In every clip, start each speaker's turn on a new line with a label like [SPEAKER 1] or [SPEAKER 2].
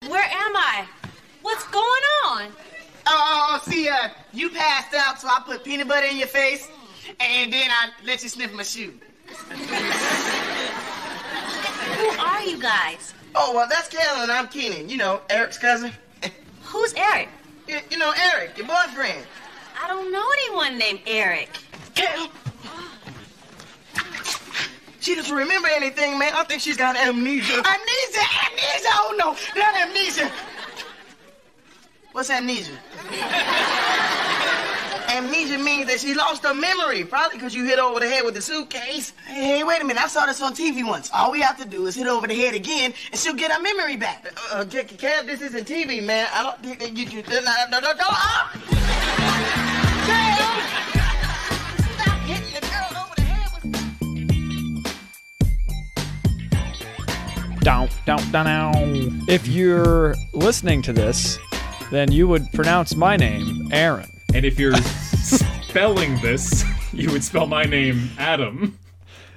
[SPEAKER 1] because Oh, uh, you passed out, so I put peanut butter in your face, and then I let you sniff my shoe.
[SPEAKER 2] Who are you guys?
[SPEAKER 1] Oh, well, that's Kayla, and I'm Keenan. You know, Eric's cousin.
[SPEAKER 2] Who's Eric?
[SPEAKER 1] you, you know, Eric, your boyfriend.
[SPEAKER 2] I don't know anyone named Eric.
[SPEAKER 1] Kayla. She doesn't remember anything, man. I think she's got amnesia. Amnesia, amnesia. Oh no, not amnesia. What's amnesia? amnesia means that she lost her memory, probably because you hit her over the head with the suitcase. Hey, hey, wait a minute. I saw this on TV once. All we have to do is hit her over the head again, and she'll get her memory back. Uh, uh, Jackie Cab, this isn't TV, man. I don't think that you can. No, no, no, no. Ah! oh, Cab! Stop hitting the girl over the head with.
[SPEAKER 3] Down, down, down, down. If you're listening to this, then you would pronounce my name Aaron.
[SPEAKER 4] And if you're spelling this, you would spell my name Adam.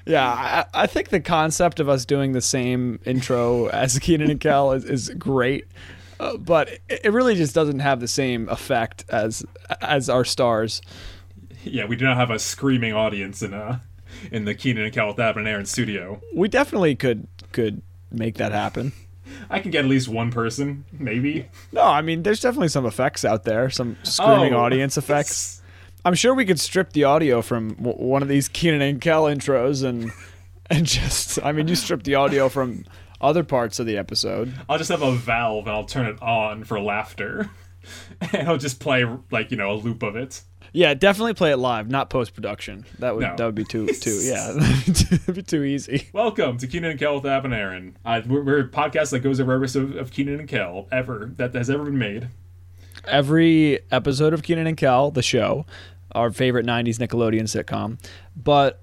[SPEAKER 3] Yeah, I, I think the concept of us doing the same intro as Keenan and Kel is, is great, uh, but it, it really just doesn't have the same effect as as our stars.
[SPEAKER 4] Yeah, we do not have a screaming audience in uh in the Keenan and Kel with Adam and Aaron studio.
[SPEAKER 3] We definitely could could make that happen.
[SPEAKER 4] I can get at least one person, maybe.
[SPEAKER 3] No, I mean, there's definitely some effects out there, some screaming
[SPEAKER 4] Oh.
[SPEAKER 3] audience effects. I'm sure we could strip the audio from w- one of these Keenan and Kel intros and and just, I mean, you strip the audio from other parts of the episode.
[SPEAKER 4] I'll just have a valve and I'll turn it on for laughter. And I'll just play like, you know, a loop of it.
[SPEAKER 3] Yeah, definitely play it live, not post production. That would
[SPEAKER 4] No.
[SPEAKER 3] that would be too too yeah, that'd be too easy.
[SPEAKER 4] Welcome to Keenan and Kel with Ab and Aaron. Uh, we're, we're a podcast that goes over every episode of Keenan and Kel ever that has ever been made.
[SPEAKER 3] every episode of Keenan and Kel, the show, our favorite 90s Nickelodeon sitcom. But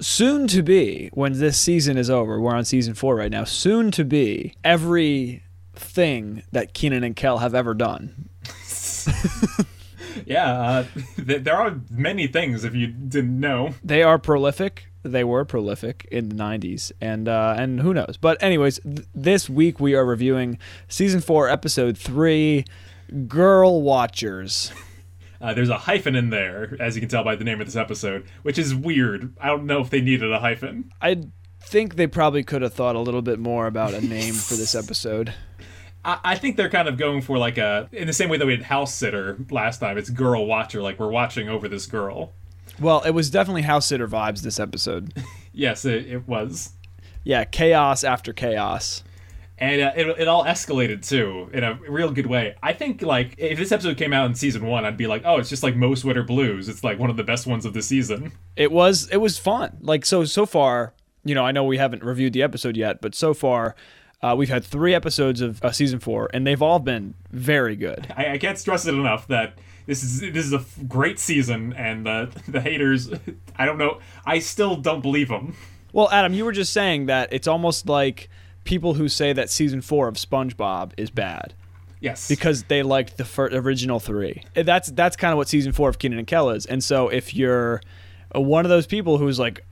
[SPEAKER 3] soon to be, when this season is over, we're on season four right now, soon to be, every thing that Keenan and Kel have ever done.
[SPEAKER 4] Yeah, uh, th- there are many things if you didn't know.
[SPEAKER 3] They are prolific. They were prolific in the 90s, and uh, and who knows. But anyways, th- this week we are reviewing season four, episode three, Girl Watchers.
[SPEAKER 4] Uh, there's a hyphen in there, as you can tell by the name of this episode, which is weird. I don't know if they needed a hyphen.
[SPEAKER 3] I think they probably could have thought a little bit more about a name for this episode.
[SPEAKER 4] I, I think they're kind of going for like a, in the same way that we had House Sitter last time, it's Girl Watcher, like we're watching over this girl.
[SPEAKER 3] Well, it was definitely house sitter vibes this episode.
[SPEAKER 4] Yes, it, it was.
[SPEAKER 3] Yeah, chaos after chaos.
[SPEAKER 4] And uh, it, it all escalated too in a real good way. I think like if this episode came out in season one, I'd be like, oh, it's just like Most Winter Blues. It's like one of the best ones of the season.
[SPEAKER 3] It was it was fun. Like so so far, you know, I know we haven't reviewed the episode yet, but so far uh, we've had three episodes of uh, season four, and they've all been very good.
[SPEAKER 4] I, I can't stress it enough that this is this is a f- great season, and the the haters, I don't know, I still don't believe them.
[SPEAKER 3] Well, Adam, you were just saying that it's almost like people who say that season four of SpongeBob is bad.
[SPEAKER 4] Yes,
[SPEAKER 3] because they liked the fir- original three. And That's that's kind of what season four of Keenan and Kel is. And so if you're one of those people who's like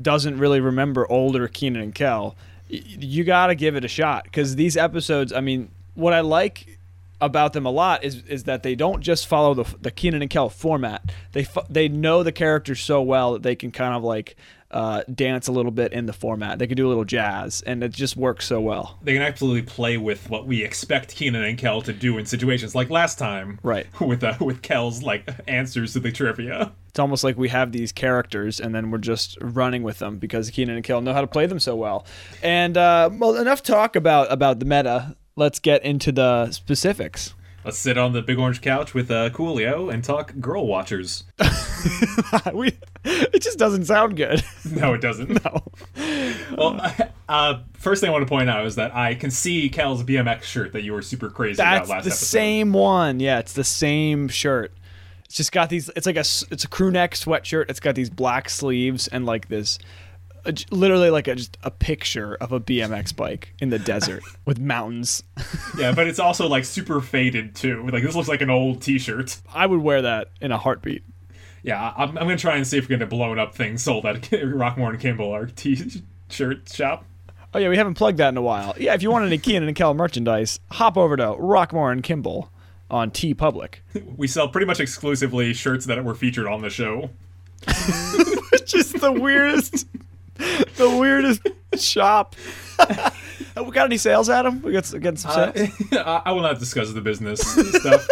[SPEAKER 3] doesn't really remember older Keenan and Kel, y- you got to give it a shot because these episodes. I mean, what I like about them a lot is is that they don't just follow the the Keenan and Kel format. They fo- they know the characters so well that they can kind of like. Uh, dance a little bit in the format. They can do a little jazz, and it just works so well.
[SPEAKER 4] they can absolutely play with what we expect Keenan and Kel to do in situations like last time,
[SPEAKER 3] Right.
[SPEAKER 4] With uh, with Kel's like answers to the trivia.
[SPEAKER 3] it's almost like we have these characters and then we're just running with them because Keenan and Kel know how to play them so well. And uh, well, enough talk about about the meta. Let's get into the specifics.
[SPEAKER 4] Let's sit on the big orange couch with uh, Coolio and talk Girl Watchers.
[SPEAKER 3] we, it just doesn't sound good.
[SPEAKER 4] No, it doesn't. No. well, uh, first thing I want to point out is that I can see Kel's BMX shirt that you were super crazy
[SPEAKER 3] That's
[SPEAKER 4] about last
[SPEAKER 3] the
[SPEAKER 4] episode.
[SPEAKER 3] same one. Yeah, it's the same shirt. It's just got these. It's like a s- it's a crew neck sweatshirt. It's got these black sleeves and like this, uh, j- literally like a, just a picture of a BMX bike in the desert with mountains.
[SPEAKER 4] Yeah, but it's also like super faded too. Like this looks like an old T-shirt.
[SPEAKER 3] I would wear that in a heartbeat.
[SPEAKER 4] Yeah, I- I'm, I'm gonna try and see if we're gonna blow it up thing sold at Rockmore and Kimball our T-shirt shop.
[SPEAKER 3] Oh yeah, we haven't plugged that in a while. Yeah, if you want any Keenan and Kel merchandise, hop over to Rockmore and Kimball on T Public,
[SPEAKER 4] We sell pretty much exclusively shirts that were featured on the show.
[SPEAKER 3] which is the weirdest, the weirdest shop. we got any sales, Adam? We got s- getting some sales.
[SPEAKER 4] I I will not discuss the business stuff.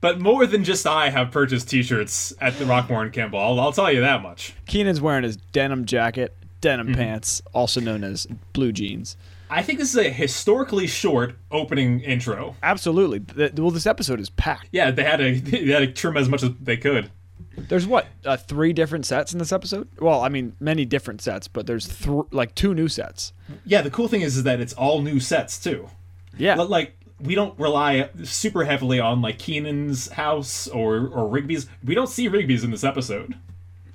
[SPEAKER 4] But more than just I have purchased T-shirts at the Rockmore and Kimball. I'll, I'll tell you that much.
[SPEAKER 3] Keenan's wearing his denim jacket, denim pants, also known as blue jeans.
[SPEAKER 4] I think this is a historically short opening intro.
[SPEAKER 3] Absolutely. Th- well, this episode is packed.
[SPEAKER 4] Yeah, they had to they had to trim as much as they could.
[SPEAKER 3] There's what uh, three different sets in this episode? Well, I mean, many different sets, but there's thr like two new sets.
[SPEAKER 4] Yeah, the cool thing is, is that it's all new sets too.
[SPEAKER 3] Yeah,
[SPEAKER 4] But like we don't rely super heavily on like Keenan's house or or Rigby's. We don't see Rigby's in this episode.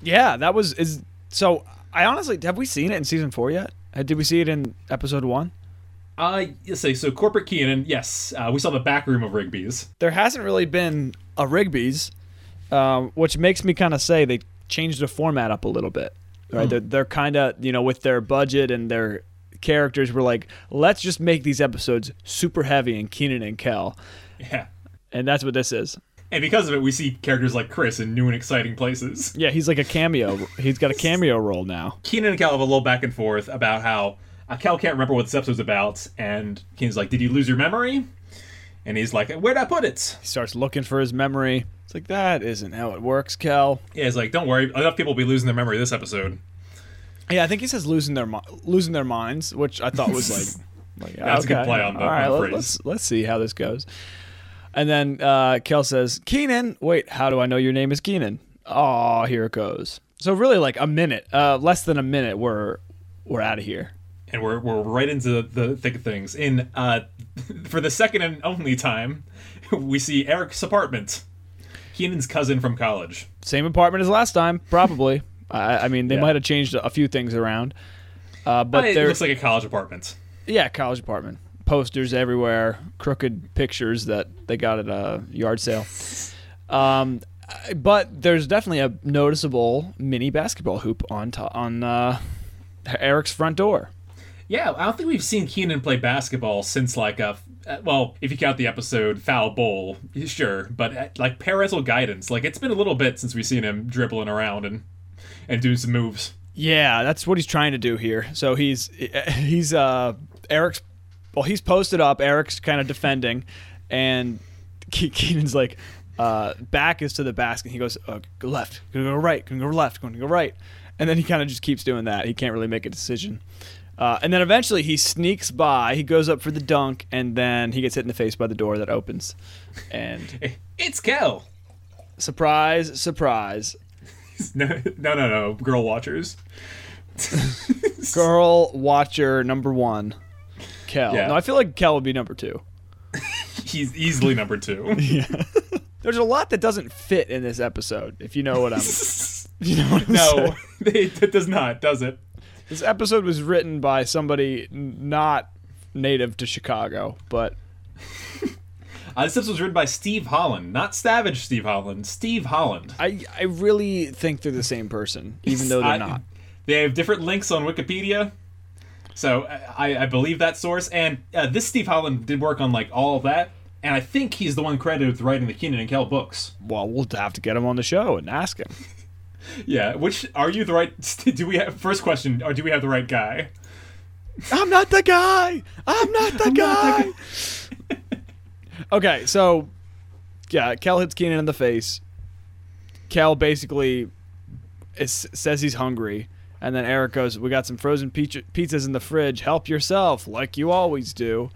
[SPEAKER 3] yeah. That was is so. I honestly have we seen it in season four yet? Uh, Did we see it in episode one?
[SPEAKER 4] Uh, say so corporate Keenan. Yes, uh, we saw the back room of Rigby's.
[SPEAKER 3] There hasn't really been a Rigby's, um, which makes me kind of say they changed the format up a little bit. Right? They're, they're kind of you know with their budget and their characters were like, let's just make these episodes super heavy and Keenan and Kel,
[SPEAKER 4] Yeah.
[SPEAKER 3] and that's what this is.
[SPEAKER 4] And because of it, we see characters like Chris in new and exciting places.
[SPEAKER 3] Yeah, he's like a cameo. He's got a cameo role now.
[SPEAKER 4] Keenan and Cal have a little back and forth about how uh, Cal can't remember what this episode's about, and Keenan's like, "Did you lose your memory?" And he's like, "Where'd I put it?"
[SPEAKER 3] He starts looking for his memory. It's like that isn't how it works, Cal.
[SPEAKER 4] Yeah, he's like, "Don't worry, enough people will be losing their memory this episode."
[SPEAKER 3] Yeah, I think he says losing their mi- losing their minds, which I thought was like, like
[SPEAKER 4] That's a good
[SPEAKER 3] okay,
[SPEAKER 4] play on the-
[SPEAKER 3] All right,
[SPEAKER 4] on the
[SPEAKER 3] let-
[SPEAKER 4] phrase.
[SPEAKER 3] let's let's see how this goes. And then uh, Kel says, "Keenan, wait, how do I know your name is Keenan?" Oh, here it goes. So really, like a minute, uh, less than a minute, we're we're out of here.
[SPEAKER 4] and we're, we're right into the thick of things. In uh, for the second and only time, we see Eric's apartment. Keenan's cousin from college.
[SPEAKER 3] Same apartment as last time, probably. I, I mean, they
[SPEAKER 4] Yeah.
[SPEAKER 3] might have changed a few things around, uh, but
[SPEAKER 4] It
[SPEAKER 3] there's
[SPEAKER 4] looks like a college apartment.
[SPEAKER 3] Yeah, college apartment. Posters everywhere, crooked pictures that they got at a yard sale. Um, I- but there's definitely a noticeable mini basketball hoop on to- on uh, Eric's front door.
[SPEAKER 4] Yeah, I don't think we've seen Keenan play basketball since like a uh, well, if you count the episode Foul Bowl, sure, but uh, like parental guidance, like it's been a little bit since we've seen him dribbling around and and doing some moves.
[SPEAKER 3] Yeah, that's what he's trying to do here. So he's he's uh Eric's well he's posted up. Eric's kind of defending, and Ke- Keenan's like uh back is to the basket. He goes uh, go left, gonna go right, gonna go left, gonna go right, and then he kind of just keeps doing that. He can't really make a decision. Uh, and then eventually he sneaks by. He goes up for the dunk, and then he gets hit in the face by the door that opens. And
[SPEAKER 4] It's Kel.
[SPEAKER 3] surprise, surprise,
[SPEAKER 4] No, no, no, no, girl watchers.
[SPEAKER 3] girl watcher number one, Kel.
[SPEAKER 4] Yeah.
[SPEAKER 3] No, I feel like Kel would be number two.
[SPEAKER 4] He's easily number two.
[SPEAKER 3] There's a lot that doesn't fit in this episode, if you know what I'm. you know what I'm saying?
[SPEAKER 4] No, it, it does not, does it?
[SPEAKER 3] This episode was written by somebody n- not native to Chicago, but
[SPEAKER 4] Uh, this episode was written by Steve Holland, not Savage Steve Holland, Steve Holland.
[SPEAKER 3] I I really think they're the same person, even though they're
[SPEAKER 4] I-
[SPEAKER 3] not.
[SPEAKER 4] They have different links on Wikipedia, so I, I believe that source. And uh, this Steve Holland did work on like all of that, and I think he's the one credited with writing the Keenan and Kel books.
[SPEAKER 3] Well, we'll have to get him on the show and ask him.
[SPEAKER 4] Yeah, which are you the right? Do we have first question? Or do we have the right guy?
[SPEAKER 3] I'm not the guy. I'm not the guy. okay, so yeah, Cal hits Keenan in the face. Cal basically is, says he's hungry, and then Eric goes, "We got some frozen pizza, pizzas in the fridge. Help yourself, like you always do."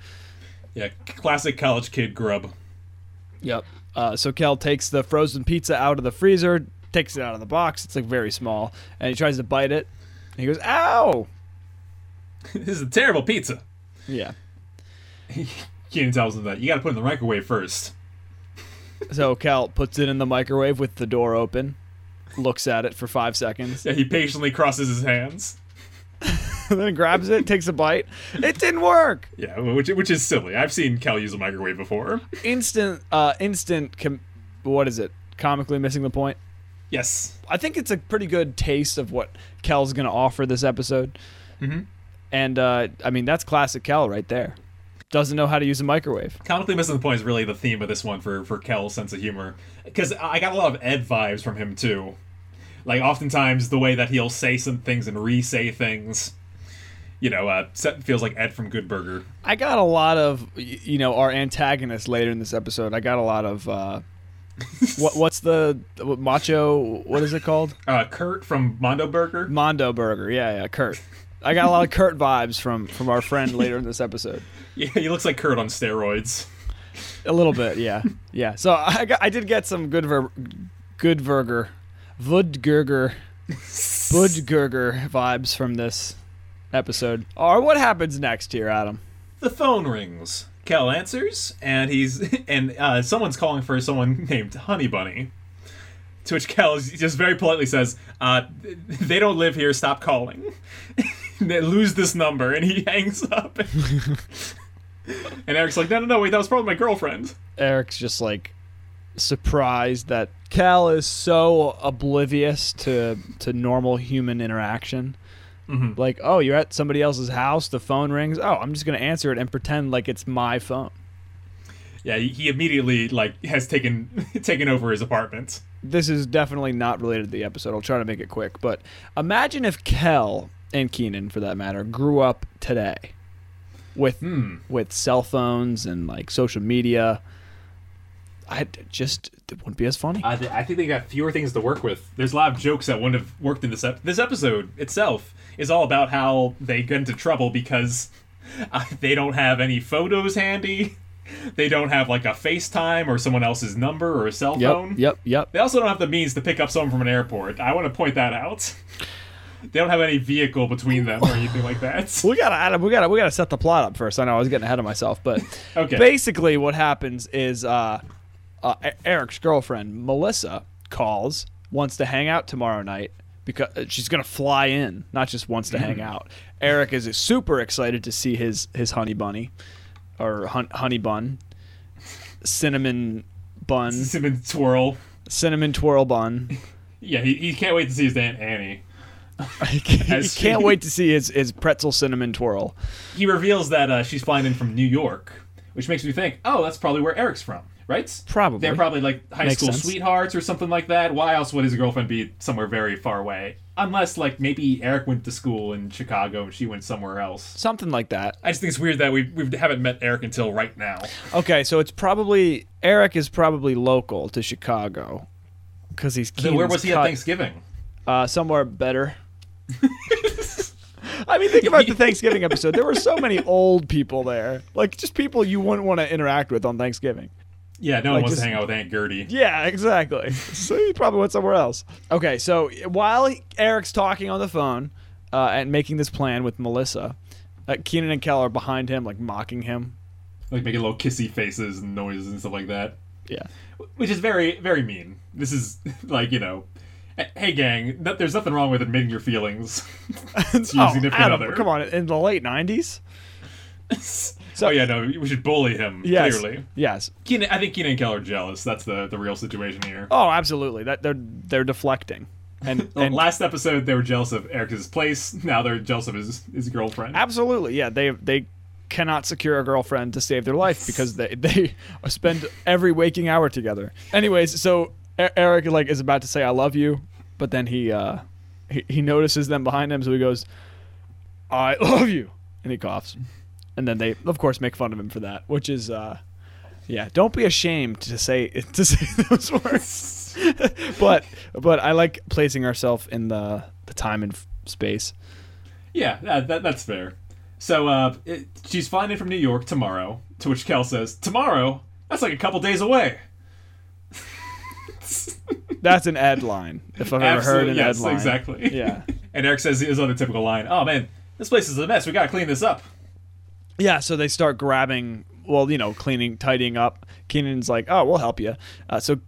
[SPEAKER 4] Yeah, classic college kid grub.
[SPEAKER 3] Yep. Uh, so Cal takes the frozen pizza out of the freezer, takes it out of the box. It's like very small, and he tries to bite it. And he goes, "Ow!"
[SPEAKER 4] this is a terrible pizza.
[SPEAKER 3] Yeah.
[SPEAKER 4] Keenan tells him that you got to put it in the microwave first.
[SPEAKER 3] So Cal puts it in the microwave with the door open, looks at it for five seconds,
[SPEAKER 4] Yeah, he patiently crosses his hands.
[SPEAKER 3] and then grabs it, takes a bite. It didn't work.
[SPEAKER 4] Yeah, which which is silly. I've seen Cal use a microwave before.
[SPEAKER 3] Instant, uh, instant. Com- what is it? Comically missing the point.
[SPEAKER 4] Yes.
[SPEAKER 3] I think it's a pretty good taste of what Cal's going to offer this episode. Mm-hmm. And uh, I mean, that's classic Cal right there. doesn't know how to use a microwave.
[SPEAKER 4] Comically missing the point is really the theme of this one for for Kel's sense of humor, because I got a lot of Ed vibes from him too. Like oftentimes the way that he'll say some things and re-say things, you know, uh, se- feels like Ed from Good Burger.
[SPEAKER 3] I got a lot of y- you know our antagonist later in this episode. I got a lot of uh, what what's the what, macho? What is it called?
[SPEAKER 4] Uh, Kurt from Mondo Burger.
[SPEAKER 3] Mondo Burger. Yeah, yeah, Kurt. I got a lot of Kurt vibes from from our friend later in this episode.
[SPEAKER 4] Yeah, he looks like Kurt on steroids.
[SPEAKER 3] A little bit, yeah, yeah. So I got, I did get some good ver- good burger, Vudgerger, Budgerger vibes from this episode. Or what happens next here, Adam?
[SPEAKER 4] The phone rings. Kel answers, and he's and uh, someone's calling for someone named Honey Bunny. To which Kel is- just very politely says, uh, "They don't live here. Stop calling. they lose this number." And he hangs up. and Eric's like, "No, no, no! Wait, that was probably my girlfriend."
[SPEAKER 3] Eric's just like surprised that Cal is so oblivious to to normal human interaction. Like, oh, you're at somebody else's house. The phone rings. Oh, I'm just gonna answer it and pretend like it's my phone.
[SPEAKER 4] Yeah, he- he immediately like has taken taken over his apartment.
[SPEAKER 3] This is definitely not related to the episode. I'll try to make it quick, but imagine if Kel and Keenan, for that matter, grew up today with with cell phones and like social media. I just it wouldn't be as funny.
[SPEAKER 4] I, Uh, th- I think they got fewer things to work with. There's a lot of jokes that wouldn't have worked in this ep- this episode itself is all about how they get into trouble because uh, they don't have any photos handy. They don't have like a FaceTime or someone else's number or a cell phone.
[SPEAKER 3] Yep, yep, yep.
[SPEAKER 4] They also don't have the means to pick up someone from an airport. I want to point that out. They don't have any vehicle between them or anything like that.
[SPEAKER 3] We gotta Adam, we gotta we gotta set the plot up first. I know I was getting ahead of myself, but
[SPEAKER 4] Okay.
[SPEAKER 3] basically what happens is uh, uh, E- Eric's girlfriend Melissa calls, wants to hang out tomorrow night because she's gonna fly in, not just wants to
[SPEAKER 4] Mm.
[SPEAKER 3] hang out. Eric is super excited to see his his honey bunny, or hun- honey bun, cinnamon bun,
[SPEAKER 4] Cinnamon twirl.
[SPEAKER 3] cinnamon twirl bun.
[SPEAKER 4] Yeah, he, he can't wait to see his aunt Annie.
[SPEAKER 3] he can't
[SPEAKER 4] As-
[SPEAKER 3] can't wait to see his his pretzel cinnamon twirl.
[SPEAKER 4] he reveals that uh, she's flying in from New York, which makes me think, oh, that's probably where Eric's from, right?
[SPEAKER 3] Probably.
[SPEAKER 4] They're probably like high
[SPEAKER 3] Makes
[SPEAKER 4] school
[SPEAKER 3] sense.
[SPEAKER 4] sweethearts or something like that. Why else would his girlfriend be somewhere very far away? Unless, like, maybe Eric went to school in Chicago and she went somewhere else.
[SPEAKER 3] Something like that.
[SPEAKER 4] I just think it's weird that we, we haven't met Eric until right now.
[SPEAKER 3] Okay, so it's probably Eric is probably local to Chicago because he's
[SPEAKER 4] Then where
[SPEAKER 3] Keenan's
[SPEAKER 4] was he
[SPEAKER 3] cut,
[SPEAKER 4] at Thanksgiving?
[SPEAKER 3] Uh, somewhere better. I mean, think about the Thanksgiving episode. There were so many old people there, like just people you wouldn't want to interact with on Thanksgiving.
[SPEAKER 4] Yeah, no one
[SPEAKER 3] Like,
[SPEAKER 4] wants
[SPEAKER 3] just-
[SPEAKER 4] to hang out with Aunt Gertie.
[SPEAKER 3] Yeah, exactly. so he probably went somewhere else. Okay, so while he- Eric's talking on the phone uh, and making this plan with Melissa, uh, Keenan and Kel are behind him, like mocking him.
[SPEAKER 4] Like, making little kissy faces and noises and stuff like that.
[SPEAKER 3] Yeah.
[SPEAKER 4] which is very very mean. This is like you know, hey gang, no, there's nothing wrong with admitting your feelings to your significant
[SPEAKER 3] Oh, Adam,
[SPEAKER 4] other.
[SPEAKER 3] come on! In the late '90s.
[SPEAKER 4] oh yeah, no, we should bully him.
[SPEAKER 3] Yes.
[SPEAKER 4] Clearly,
[SPEAKER 3] Yes.
[SPEAKER 4] Keenan, I think Keenan and Kel are jealous. That's the the real situation here.
[SPEAKER 3] Oh, absolutely. That they're they're deflecting, and and
[SPEAKER 4] Last episode, they were jealous of Eric's place. Now they're jealous of his his girlfriend.
[SPEAKER 3] absolutely, yeah. They they cannot secure a girlfriend to save their life because they they spend every waking hour together. Anyways, so E- Eric like is about to say I love you, but then he uh he, he notices them behind him, so he goes, I love you, and he coughs, and then they of course make fun of him for that, which is uh. Yeah, don't be ashamed to say to say those words. but but I like placing ourselves in the the time and f- space.
[SPEAKER 4] Yeah, that, that, that's fair. So uh, it, she's flying in from New York tomorrow, to which Kel says, "Tomorrow? That's like a couple days away."
[SPEAKER 3] That's an ad line. If I've ever heard an
[SPEAKER 4] Absolutely, yes,
[SPEAKER 3] ad line.
[SPEAKER 4] exactly.
[SPEAKER 3] Yeah.
[SPEAKER 4] And Eric says his other typical line, "Oh man, this place is a mess. We gotta clean this up."
[SPEAKER 3] Yeah. So they start grabbing. Well, you know, cleaning, tidying up. Keenan's like, "Oh, we'll help you." Uh, so,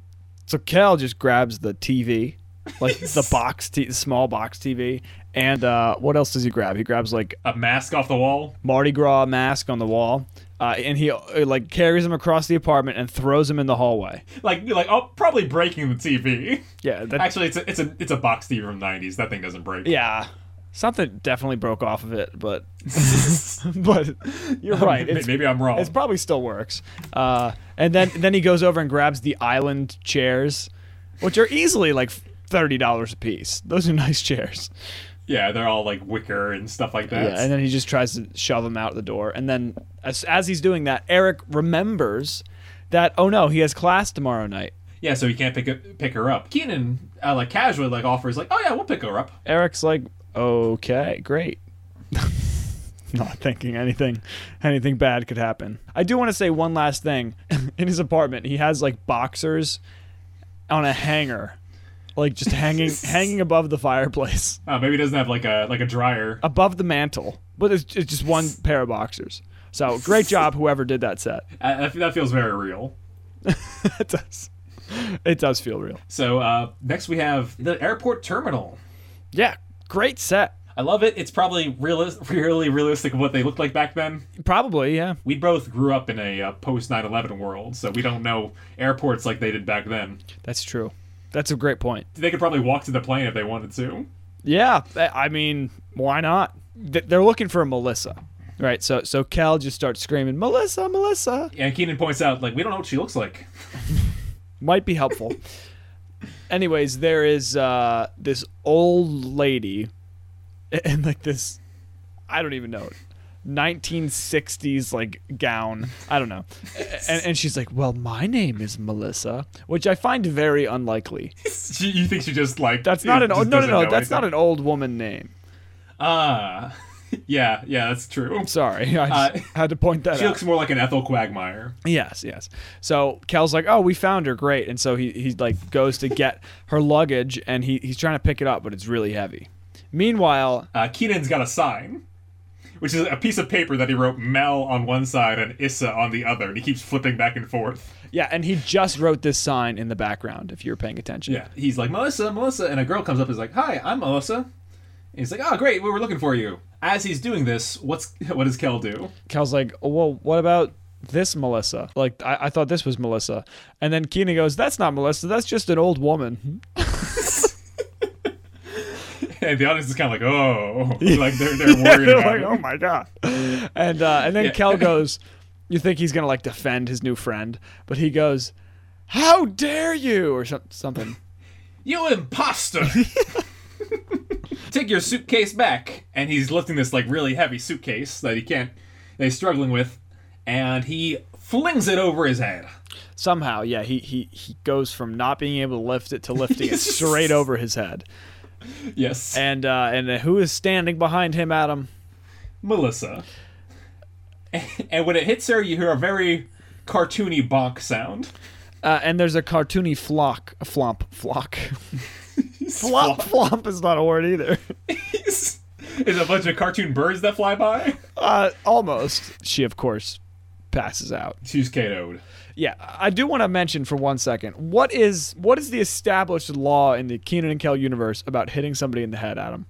[SPEAKER 3] so Cal just grabs the TV, like the box, t- the small box TV, and uh, what else does he grab? He grabs like
[SPEAKER 4] A mask off the wall.
[SPEAKER 3] Mardi Gras mask on the wall, uh, and he uh, like carries him across the apartment and throws him in the hallway.
[SPEAKER 4] Like, you're like oh, probably breaking the TV.
[SPEAKER 3] Yeah. That,
[SPEAKER 4] Actually, it's a it's a it's a box TV from '90s. That thing doesn't break.
[SPEAKER 3] yeah. Something definitely broke off of it, but but you're right. It's-
[SPEAKER 4] Um, Maybe I'm wrong.
[SPEAKER 3] It probably still works. Uh, and then then he goes over and grabs the island chairs, which are easily like thirty dollars a piece. Those are nice chairs.
[SPEAKER 4] yeah, they're all like wicker and stuff like that.
[SPEAKER 3] Yeah, and then he just tries to shove him out the door. And then as, as he's doing that, Eric remembers that oh no, he has class tomorrow night.
[SPEAKER 4] Yeah, so he can't pick up, pick her up. Keenan, uh, like casually, like offers, like, oh yeah, we'll pick her up.
[SPEAKER 3] Eric's like, okay, great. Not thinking anything anything bad could happen. I do want to say one last thing. In his apartment, he has like boxers on a hanger. Like just hanging hanging above the fireplace.
[SPEAKER 4] Uh, maybe he doesn't have like a like a dryer.
[SPEAKER 3] Above the mantle. But it's, it's just one pair of boxers. So great job, whoever did that set.
[SPEAKER 4] Uh, that- that feels very real.
[SPEAKER 3] It does. It does feel real.
[SPEAKER 4] So uh, next we have the airport terminal.
[SPEAKER 3] Yeah, great set.
[SPEAKER 4] I love it. It's probably realis- really realistic of what they looked like back then.
[SPEAKER 3] Probably, yeah.
[SPEAKER 4] We both grew up in a uh, post 9/11 world, so we don't know airports like they did back then.
[SPEAKER 3] That's true. That's a great point.
[SPEAKER 4] They could probably walk to the plane if they wanted to.
[SPEAKER 3] Yeah, I I mean, why not? Th- They're looking for a Melissa, right? So, so Cal just starts screaming, "Melissa, Melissa!"
[SPEAKER 4] And Keenan points out, like, we don't know what she looks like.
[SPEAKER 3] Might be helpful. Anyways, there is uh, this old lady, a- and like this, I don't even know, 1960s like gown. I don't know, A- and and she's like, "Well, my name is Melissa," which I find very unlikely.
[SPEAKER 4] She, you think she just like
[SPEAKER 3] That's not an
[SPEAKER 4] just
[SPEAKER 3] old no no
[SPEAKER 4] doesn't
[SPEAKER 3] no.
[SPEAKER 4] know
[SPEAKER 3] That's
[SPEAKER 4] anything.
[SPEAKER 3] not an old woman name.
[SPEAKER 4] Ah, yeah, yeah, that's true.
[SPEAKER 3] Sorry, I just
[SPEAKER 4] Uh,
[SPEAKER 3] had to point that
[SPEAKER 4] She
[SPEAKER 3] out.
[SPEAKER 4] looks more like an Ethel Quagmire.
[SPEAKER 3] Yes, yes. So Cal's like, "Oh, we found her, great!" And so he he like goes to get her luggage, and he he's trying to pick it up, but it's really heavy. Meanwhile,
[SPEAKER 4] Uh, Keenan's got a sign, which is a piece of paper that he wrote Mel on one side and Issa on the other, and he keeps flipping back and forth.
[SPEAKER 3] yeah, and he just wrote this sign in the background. If you're paying attention,
[SPEAKER 4] Yeah, he's like Melissa, Melissa, and a girl comes up and is like, "Hi, I'm Melissa." And he's like, "Oh, great, we were looking for you." As he's doing this, what's what does Kel do?
[SPEAKER 3] Cal's like, oh, "Well, what about this Melissa? Like, I, I thought this was Melissa," and then Keenan goes, "That's not Melissa. That's just an old woman."
[SPEAKER 4] And the audience is kind of like, "Oh," like they're they're worried
[SPEAKER 3] They're
[SPEAKER 4] about.
[SPEAKER 3] like,
[SPEAKER 4] it.
[SPEAKER 3] "Oh my god!" And uh, and then
[SPEAKER 4] Yeah.
[SPEAKER 3] Cal goes, "You think he's gonna like defend his new friend?" But he goes, "How dare you!" or some- something.
[SPEAKER 4] You imposter! Take your suitcase back. And he's lifting this like really heavy suitcase that he can't that he's struggling with, and he flings it over his head.
[SPEAKER 3] somehow yeah he, he he goes from not being able to lift it to lifting it straight over his head
[SPEAKER 4] Yes.
[SPEAKER 3] and uh and who is standing behind him adam
[SPEAKER 4] Melissa. And when it hits her, you hear a very cartoony bonk sound.
[SPEAKER 3] uh, and there's a cartoony flock flomp flock flop flomp is not a word either
[SPEAKER 4] There's a bunch of cartoon birds that fly by.
[SPEAKER 3] uh almost she of course passes out
[SPEAKER 4] She's KO'd.
[SPEAKER 3] yeah i do want to mention for one second what is what is the established law in the keenan and kel universe about hitting somebody in the head adam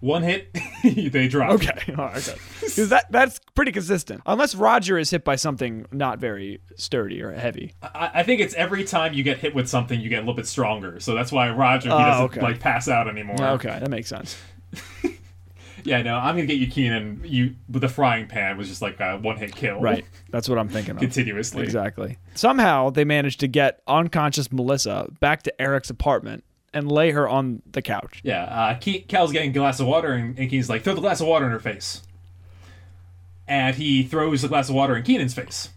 [SPEAKER 4] One hit, they drop.
[SPEAKER 3] Okay, all right, okay. Because that that's pretty consistent. Unless Roger is hit by something not very sturdy or heavy.
[SPEAKER 4] I, I think it's every time you get hit with something, you get a little bit stronger. So that's why Roger, he doesn't
[SPEAKER 3] Ah, okay. Ah,
[SPEAKER 4] like pass out anymore.
[SPEAKER 3] Okay, that makes sense.
[SPEAKER 4] Yeah, no, I'm gonna get you Keenan. You with the frying pan was just like a one hit kill.
[SPEAKER 3] Right, that's what I'm thinking of.
[SPEAKER 4] Continuously.
[SPEAKER 3] Exactly. Somehow they managed to get unconscious Melissa back to Eric's apartment and lay her on the couch.
[SPEAKER 4] Yeah. Uh, Ke- Cal's getting a glass of water, and, and Keenan's like, throw the glass of water in her face. And he throws the glass of water in Keenan's face.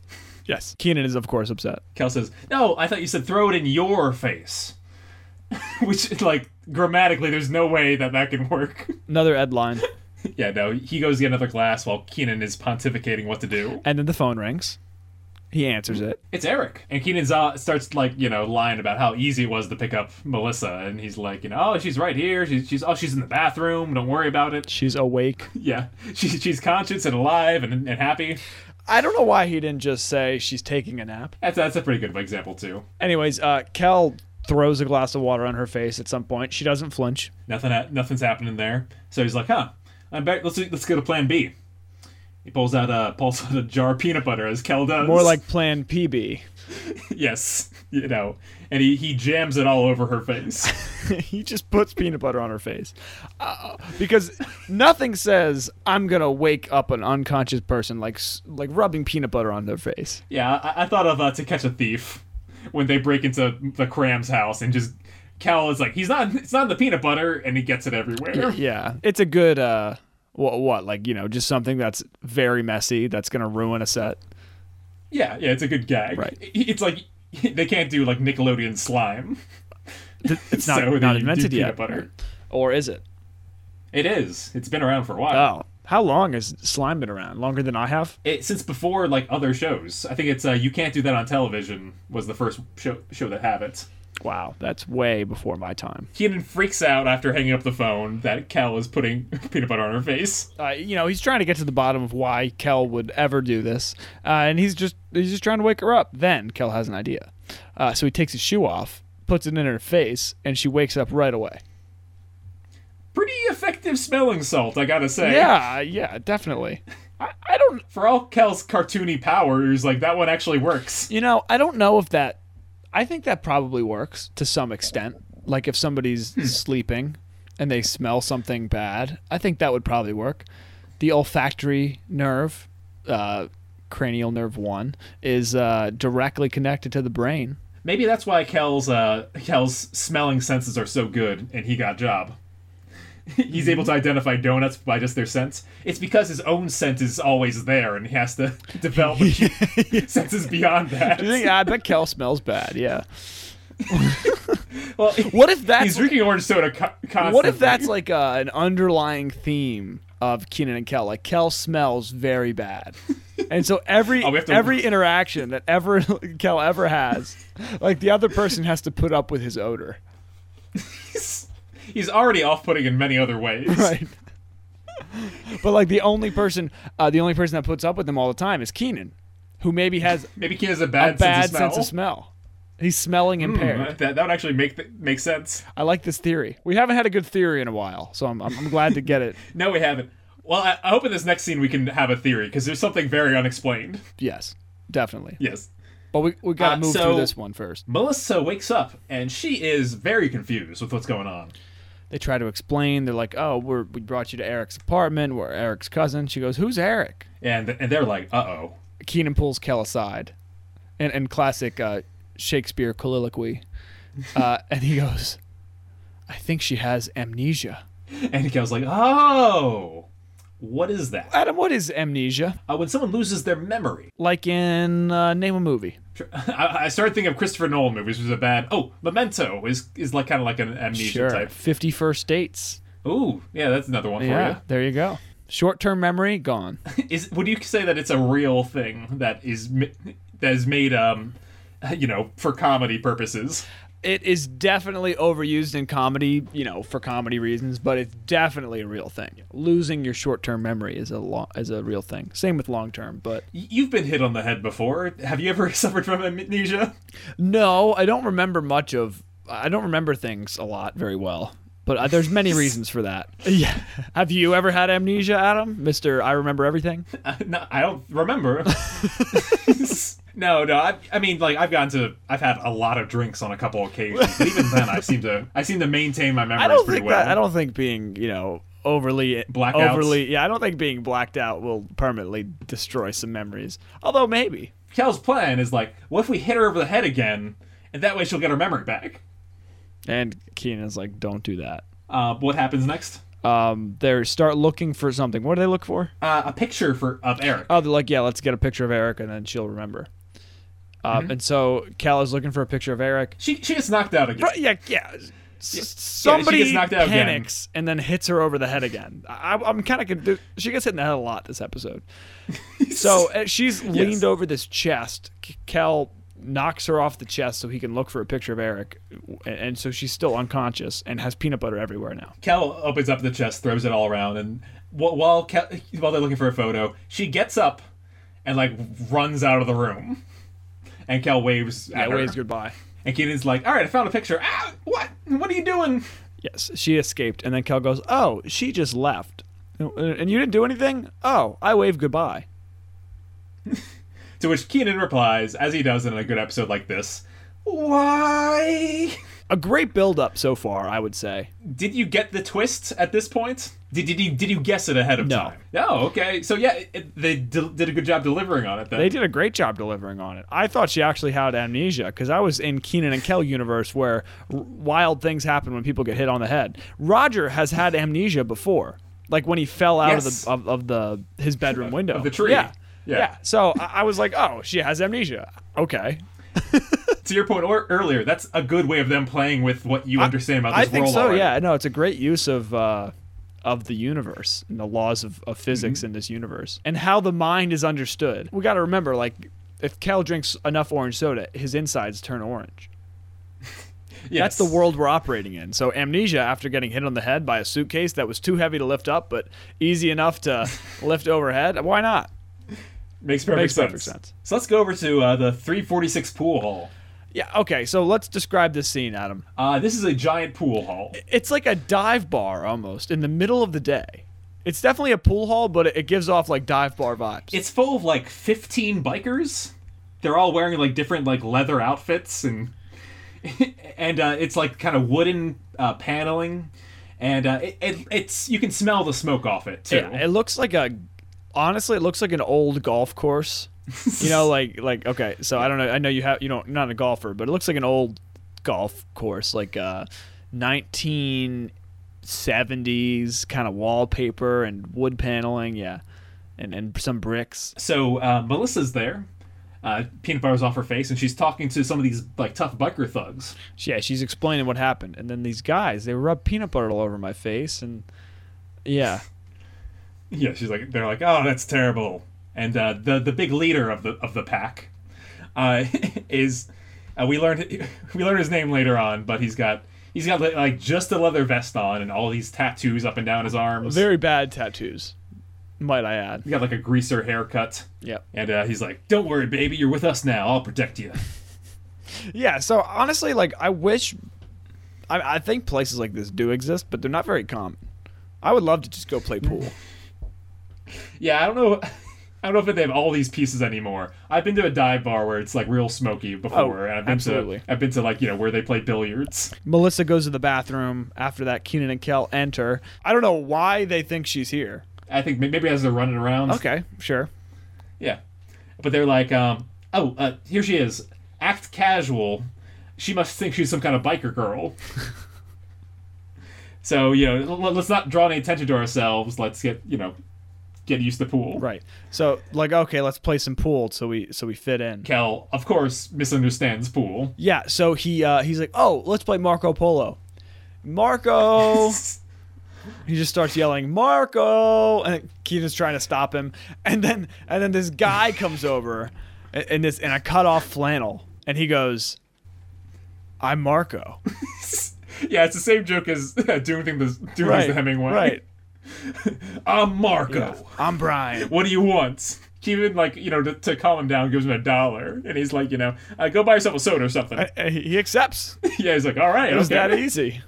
[SPEAKER 3] Yes. Keenan is of course upset.
[SPEAKER 4] Cal says, "No, I thought you said throw it in your face," which like grammatically, there's no way that that can work.
[SPEAKER 3] Another Ed line,
[SPEAKER 4] yeah. No, he goes to get another glass while Keenan is pontificating what to do.
[SPEAKER 3] and then the phone rings. He answers it.
[SPEAKER 4] It's Eric. And Keenan uh, starts like, you know, lying about how easy it was to pick up Melissa and he's like, you know, oh, she's right here. She's she's oh, she's in the bathroom. Don't worry about it.
[SPEAKER 3] She's awake.
[SPEAKER 4] Yeah. She, she's conscious and alive and, and happy.
[SPEAKER 3] I don't know why he didn't just say she's taking a nap.
[SPEAKER 4] That's that's a pretty good example too.
[SPEAKER 3] Anyways, uh, Kel throws a glass of water on her face at some point. She doesn't flinch.
[SPEAKER 4] Nothing ha- nothing's happening there. So he's like, "Huh. I bet let's let's go to plan B." He pulls out a pulls out a jar of peanut butter as Kel does.
[SPEAKER 3] More like Plan PB.
[SPEAKER 4] yes, you know, and he he jams it all over her face.
[SPEAKER 3] he just puts peanut butter on her face uh, because nothing says I'm gonna wake up an unconscious person like s- like rubbing peanut butter on their face.
[SPEAKER 4] yeah, I, I thought of uh, to catch a thief when they break into the Cram's house and just Kel is like he's not it's not in the peanut butter and he gets it everywhere.
[SPEAKER 3] Yeah, it's a good uh, what what like you know just something that's very messy that's gonna ruin a set.
[SPEAKER 4] Yeah, yeah, it's a good gag.
[SPEAKER 3] Right.
[SPEAKER 4] I- It's like they can't do like Nickelodeon slime.
[SPEAKER 3] It's not
[SPEAKER 4] So they
[SPEAKER 3] not
[SPEAKER 4] do
[SPEAKER 3] invented
[SPEAKER 4] peanut
[SPEAKER 3] yet,
[SPEAKER 4] butter.
[SPEAKER 3] or is it?
[SPEAKER 4] It is. It's been around for a while.
[SPEAKER 3] Oh, how long has slime been around? Longer than I have.
[SPEAKER 4] It, since before like other shows. I think it's uh, you can't do that on television was the first show show that had it.
[SPEAKER 3] Wow, that's way before my time.
[SPEAKER 4] Keenan freaks out after hanging up the phone that Cal is putting peanut butter on her face.
[SPEAKER 3] Uh, you know, he's trying to get to the bottom of why Kel would ever do this, uh, and he's just he's just trying to wake her up. Then Kel has an idea, uh, so he takes his shoe off, puts it in her face, and she wakes up right away.
[SPEAKER 4] Pretty effective smelling salt, I gotta say.
[SPEAKER 3] Yeah, yeah, definitely. I, I don't,
[SPEAKER 4] For all Cal's cartoony powers, like that one actually works.
[SPEAKER 3] you know, I don't know if that. I think that probably works to some extent. Like if somebody's sleeping and they smell something bad, I think that would probably work. The olfactory nerve, uh, cranial nerve one, is uh, directly connected to the brain.
[SPEAKER 4] Maybe that's why Cal's uh, Cal's smelling senses are so good, and he got job. He's able to identify donuts by just their scent. It's because his own scent is always there, and he has to develop senses beyond that.
[SPEAKER 3] You think, I bet Kel smells bad. Yeah.
[SPEAKER 4] Well,
[SPEAKER 3] What if
[SPEAKER 4] he's
[SPEAKER 3] that's
[SPEAKER 4] drinking orange soda co- constantly.
[SPEAKER 3] what if that's like uh, an underlying theme of Keenan and Kel? Like Kel smells very bad, and so every
[SPEAKER 4] Oh, we have to-
[SPEAKER 3] every interaction that ever Kel ever has, like the other person has to put up with his odor.
[SPEAKER 4] He's already off-putting in many other ways.
[SPEAKER 3] Right. but like the only person, uh, the only person that puts up with him all the time is Keenan, who maybe has
[SPEAKER 4] Maybe he has a
[SPEAKER 3] a
[SPEAKER 4] bad,
[SPEAKER 3] bad
[SPEAKER 4] sense, of
[SPEAKER 3] sense of smell. He's smelling impaired.
[SPEAKER 4] Mm, that, that would actually make th- make sense.
[SPEAKER 3] I like this theory. We haven't had a good theory in a while, so I'm, I'm, I'm glad to get it.
[SPEAKER 4] No, we haven't. Well, I, I hope in this next scene we can have a theory because there's something very unexplained.
[SPEAKER 3] Yes, definitely.
[SPEAKER 4] Yes.
[SPEAKER 3] But we we gotta
[SPEAKER 4] Uh,
[SPEAKER 3] move
[SPEAKER 4] so-
[SPEAKER 3] through this one first.
[SPEAKER 4] Melissa wakes up and she is very confused with what's going on.
[SPEAKER 3] They try to explain. They're like, "Oh, we're, we brought you to Eric's apartment. We're Eric's cousin." She goes, "Who's Eric?"
[SPEAKER 4] And and they're like, "Uh oh."
[SPEAKER 3] Keenan pulls Kel aside, and and classic uh, Shakespeare colloquy, uh, and he goes, "I think she has amnesia."
[SPEAKER 4] And Cal's like, "Oh, what is that?
[SPEAKER 3] Adam, what is amnesia?
[SPEAKER 4] Uh, when someone loses their memory."
[SPEAKER 3] Like in uh, name a movie.
[SPEAKER 4] I, I started thinking of Christopher Nolan movies, which is a bad. Oh, Memento is is like kind of like an amnesia type.
[SPEAKER 3] Fifty First Dates.
[SPEAKER 4] Ooh, yeah, that's another one for you.
[SPEAKER 3] Yeah, there you go. Short-term memory gone.
[SPEAKER 4] is would you say that it's a real thing that is mi- that is made um you know for comedy purposes
[SPEAKER 3] it is definitely overused in comedy, you know, for comedy reasons, but it's definitely a real thing. Losing your short-term memory is a lo- is a real thing. Same with long-term, but
[SPEAKER 4] Y- you've been hit on the head before have you ever suffered from amnesia
[SPEAKER 3] no, I don't remember much of I don't remember things a lot very well. But uh, there's many reasons for that. Yeah. Have you ever had amnesia, Adam? Mr. I remember everything?
[SPEAKER 4] no i don't remember no no I, I mean like i've gotten to i've had a lot of drinks on a couple occasions but even then i seem to i seem to maintain my memories
[SPEAKER 3] I don't
[SPEAKER 4] pretty
[SPEAKER 3] think
[SPEAKER 4] well
[SPEAKER 3] that, I don't think being, you know, overly
[SPEAKER 4] Blackouts?
[SPEAKER 3] overly yeah, I don't think being blacked out will permanently destroy some memories. Although maybe.
[SPEAKER 4] cal's plan is like what if we hit her over the head again and that way she'll get her memory back
[SPEAKER 3] And Keenan's like, don't do that.
[SPEAKER 4] uh, what happens next
[SPEAKER 3] Um, they start looking for something. What do they look for?
[SPEAKER 4] uh, a picture for of eric
[SPEAKER 3] Oh, they're like, yeah, let's get a picture of Eric, and then she'll remember. Um,
[SPEAKER 4] Mm-hmm.
[SPEAKER 3] And so Cal is looking for a picture of Eric.
[SPEAKER 4] she, she gets knocked out again
[SPEAKER 3] But yeah, yeah. s- Somebody
[SPEAKER 4] gets knocked out again.
[SPEAKER 3] panics and then hits her over the head again. I, I'm kind of confused. She gets hit in the head a lot this episode. so uh, she's leaned over this chest. C- Cal knocks her off the chest so he can look for a picture of Eric, and, and so she's still unconscious and has peanut butter everywhere now.
[SPEAKER 4] Kel opens up the chest, throws it all around, and wh- while Kel, while they're looking for a photo, she gets up and like runs out of the room. And Kel waves
[SPEAKER 3] Yeah,
[SPEAKER 4] at her.
[SPEAKER 3] waves goodbye.
[SPEAKER 4] And Keenan's like, "All right, I found a picture. Ah, what? What are you doing?"
[SPEAKER 3] Yes, she escaped, and then Kel goes, "Oh, she just left," And you didn't do anything? Oh, I waved goodbye.
[SPEAKER 4] To which Keenan replies, as he does in a good episode like this, Why?
[SPEAKER 3] A great build up so far, I would say.
[SPEAKER 4] Did you get the twist at this point? Did, did you did you guess it ahead of
[SPEAKER 3] No.
[SPEAKER 4] time? No. Okay. So yeah, it, they del- did a good job delivering on it. Then
[SPEAKER 3] They did a great job delivering on it. I thought she actually had amnesia because I was in Keenan and Kel universe where r- wild things happen when people get hit on the head. Roger has had amnesia before, like when he fell out
[SPEAKER 4] Yes.
[SPEAKER 3] of the of, of the his bedroom window
[SPEAKER 4] of the tree.
[SPEAKER 3] Yeah, yeah.
[SPEAKER 4] Yeah.
[SPEAKER 3] So I, I was like, oh, she has amnesia. Okay,
[SPEAKER 4] to your point or, earlier, that's a good way of them playing with what you understand about
[SPEAKER 3] I
[SPEAKER 4] this
[SPEAKER 3] think
[SPEAKER 4] world.
[SPEAKER 3] so.
[SPEAKER 4] already.
[SPEAKER 3] Yeah, no, it's a great use of. Uh, of the universe and the laws of, of physics
[SPEAKER 4] Mm-hmm.
[SPEAKER 3] in this universe and how the mind is understood. We got to remember, like, if Kel drinks enough orange soda, his insides turn orange. That's
[SPEAKER 4] Yes.
[SPEAKER 3] the world we're operating in. So amnesia after getting hit on the head by a suitcase that was too heavy to lift up but easy enough to lift overhead. Why not?
[SPEAKER 4] Makes perfect
[SPEAKER 3] Makes
[SPEAKER 4] sense.
[SPEAKER 3] perfect sense.
[SPEAKER 4] So let's go over to uh, the 346 pool hall.
[SPEAKER 3] Yeah, okay. So let's describe this scene, Adam.
[SPEAKER 4] Uh, this is a giant pool hall.
[SPEAKER 3] It's like a dive bar almost in the middle of the day. It's definitely a pool hall, but it- it gives off like dive bar vibes.
[SPEAKER 4] It's full of like 15 bikers. They're all wearing like different like leather outfits and and uh, it's like kind of wooden uh, paneling, and uh, it, it, it's you can smell the smoke off it too.
[SPEAKER 3] Yeah, it looks like a honestly, it looks like an old golf course. you know, like like okay, so I don't know. I know you have you don't you're not a golfer, but it looks like an old golf course, like uh, nineteen seventies kind of wallpaper and wood paneling, yeah, and and some bricks.
[SPEAKER 4] so uh, Melissa's there. Uh, peanut butter's off her face, and she's talking to some of these like tough biker thugs.
[SPEAKER 3] Yeah, she's explaining what happened, and then these guys they rub peanut butter all over my face, and yeah,
[SPEAKER 4] Yeah, she's like, they're like, oh, that's terrible. And uh, the the big leader of the of the pack uh, is uh, we learned we learned his name later on, but he's got he's got like just a leather vest on and all these tattoos up and down his arms.
[SPEAKER 3] very bad tattoos, might I add.
[SPEAKER 4] He's got like a greaser haircut.
[SPEAKER 3] Yep.
[SPEAKER 4] And uh, he's like, "Don't worry, baby, you're with us now. I'll protect you."
[SPEAKER 3] Yeah, so honestly, like I wish, I, I think places like this do exist, but they're not very common. I would love to just go play pool.
[SPEAKER 4] yeah, I don't know. I don't know if they have all these pieces anymore. I've been to a dive bar where it's like real smoky before. and I've been
[SPEAKER 3] Oh, absolutely.
[SPEAKER 4] To, I've been to like you know where they play billiards.
[SPEAKER 3] Melissa goes to the bathroom. After that, Keenan and Kel enter. I don't know why they think she's here.
[SPEAKER 4] I think may- maybe as they're running around,
[SPEAKER 3] Okay, sure.
[SPEAKER 4] Yeah. But they're like, um, oh, uh, here she is. Act casual. She must think she's some kind of biker girl. so, you know, l- let's not draw any attention to ourselves. Let's get, you know, get used to pool.
[SPEAKER 3] Right. So like, okay, let's play some pool so we so we fit in.
[SPEAKER 4] Kel, of course, misunderstands pool.
[SPEAKER 3] Yeah. So he uh, he's like, oh, let's play Marco Polo. Marco. he just starts yelling Marco, and Keenan's trying to stop him, and then and then this guy comes over, in in this in a cut off flannel, and he goes, "I'm Marco."
[SPEAKER 4] yeah, it's the same joke as doing things the, doing things the Hemingway.
[SPEAKER 3] right.
[SPEAKER 4] I'm Marco.
[SPEAKER 3] I'm Brian.
[SPEAKER 4] What do you want? Kevin, like, you know, to, to calm him down, gives him a dollar. And he's like, you know, uh, go buy yourself a soda or something.
[SPEAKER 3] And he he accepts. It
[SPEAKER 4] yeah, he's like, all right.
[SPEAKER 3] was
[SPEAKER 4] okay.
[SPEAKER 3] that easy.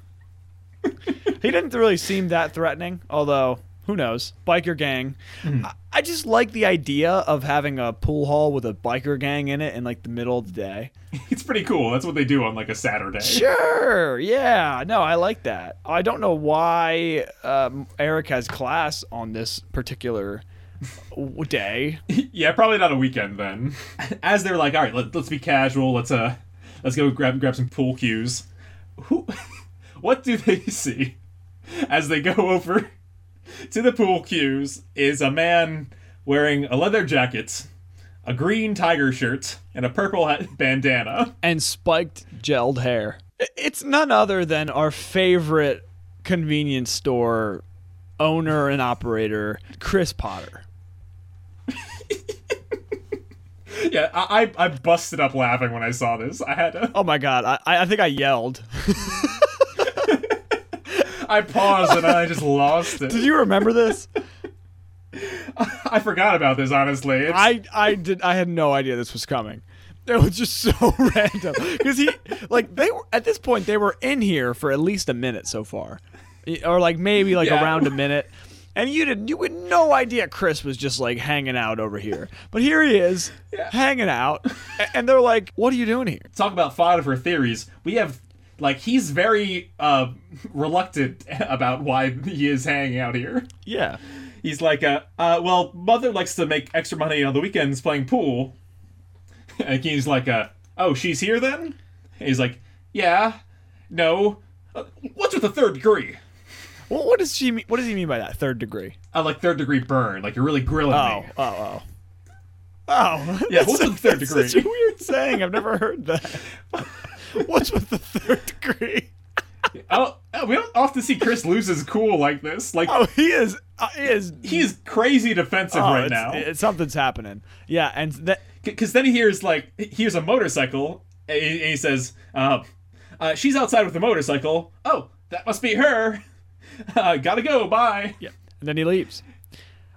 [SPEAKER 3] he didn't really seem that threatening, although. Who knows? Biker gang. I, I just like the idea of having a pool hall with a biker gang in it in like the middle of the day.
[SPEAKER 4] It's pretty cool. That's what they do on like a Saturday.
[SPEAKER 3] Sure. Yeah. No, I like that. I don't know why um, Eric has class on this particular uh, w- day.
[SPEAKER 4] Yeah, probably not a weekend then. As they're like, all right, let, let's be casual. Let's uh, let's go grab grab some pool cues. Who, what do they see? As they go over to the pool cues, is a man wearing a leather jacket, a green tiger shirt, and a purple hat bandana.
[SPEAKER 3] And spiked gelled hair. I- It's none other than our favorite convenience store owner and operator, Chris Potter.
[SPEAKER 4] Yeah, I I, I busted up laughing when I saw this. I had to,
[SPEAKER 3] Oh my God. I, I I think I yelled.
[SPEAKER 4] I paused and I just lost it.
[SPEAKER 3] Did you remember this?
[SPEAKER 4] I forgot about this honestly. It's-
[SPEAKER 3] I I did I had no idea this was coming. It was just so random because he like they were at this point they were in here for at least a minute so far, or like maybe like
[SPEAKER 4] Yeah.
[SPEAKER 3] around a minute, and you didn't you had no idea Chris was just like hanging out over here. But here he is, hanging out, a- and they're like, "What are you doing here?"
[SPEAKER 4] talk about fodder for theories. We have like he's very uh, reluctant about why he is hanging out here.
[SPEAKER 3] Yeah,
[SPEAKER 4] He's like, uh, uh, well, mother likes to make extra money on the weekends playing pool. And he's like, uh, oh, she's here then? And he's like, yeah, no. Uh, what's with the third degree?
[SPEAKER 3] Well, what does she? mean- What does he mean by that? Third degree.
[SPEAKER 4] I like third degree burn. Like you're really grilling
[SPEAKER 3] Oh,
[SPEAKER 4] me.
[SPEAKER 3] oh, oh. Oh,
[SPEAKER 4] Yeah,
[SPEAKER 3] that's-
[SPEAKER 4] what's with the third
[SPEAKER 3] that's
[SPEAKER 4] degree?
[SPEAKER 3] Such a weird saying. I've never heard that. what's with the third degree?
[SPEAKER 4] Oh, oh, we don't often see Chris lose his cool like this. Like
[SPEAKER 3] Oh, he is. Uh, he is.
[SPEAKER 4] he is crazy defensive
[SPEAKER 3] oh,
[SPEAKER 4] right
[SPEAKER 3] it's-
[SPEAKER 4] now.
[SPEAKER 3] it- something's happening. Yeah, and that.
[SPEAKER 4] because then he hears like he hears a motorcycle and he, and he says uh, uh, she's outside with the motorcycle oh that must be her uh, gotta go bye
[SPEAKER 3] Yeah, and then he leaves.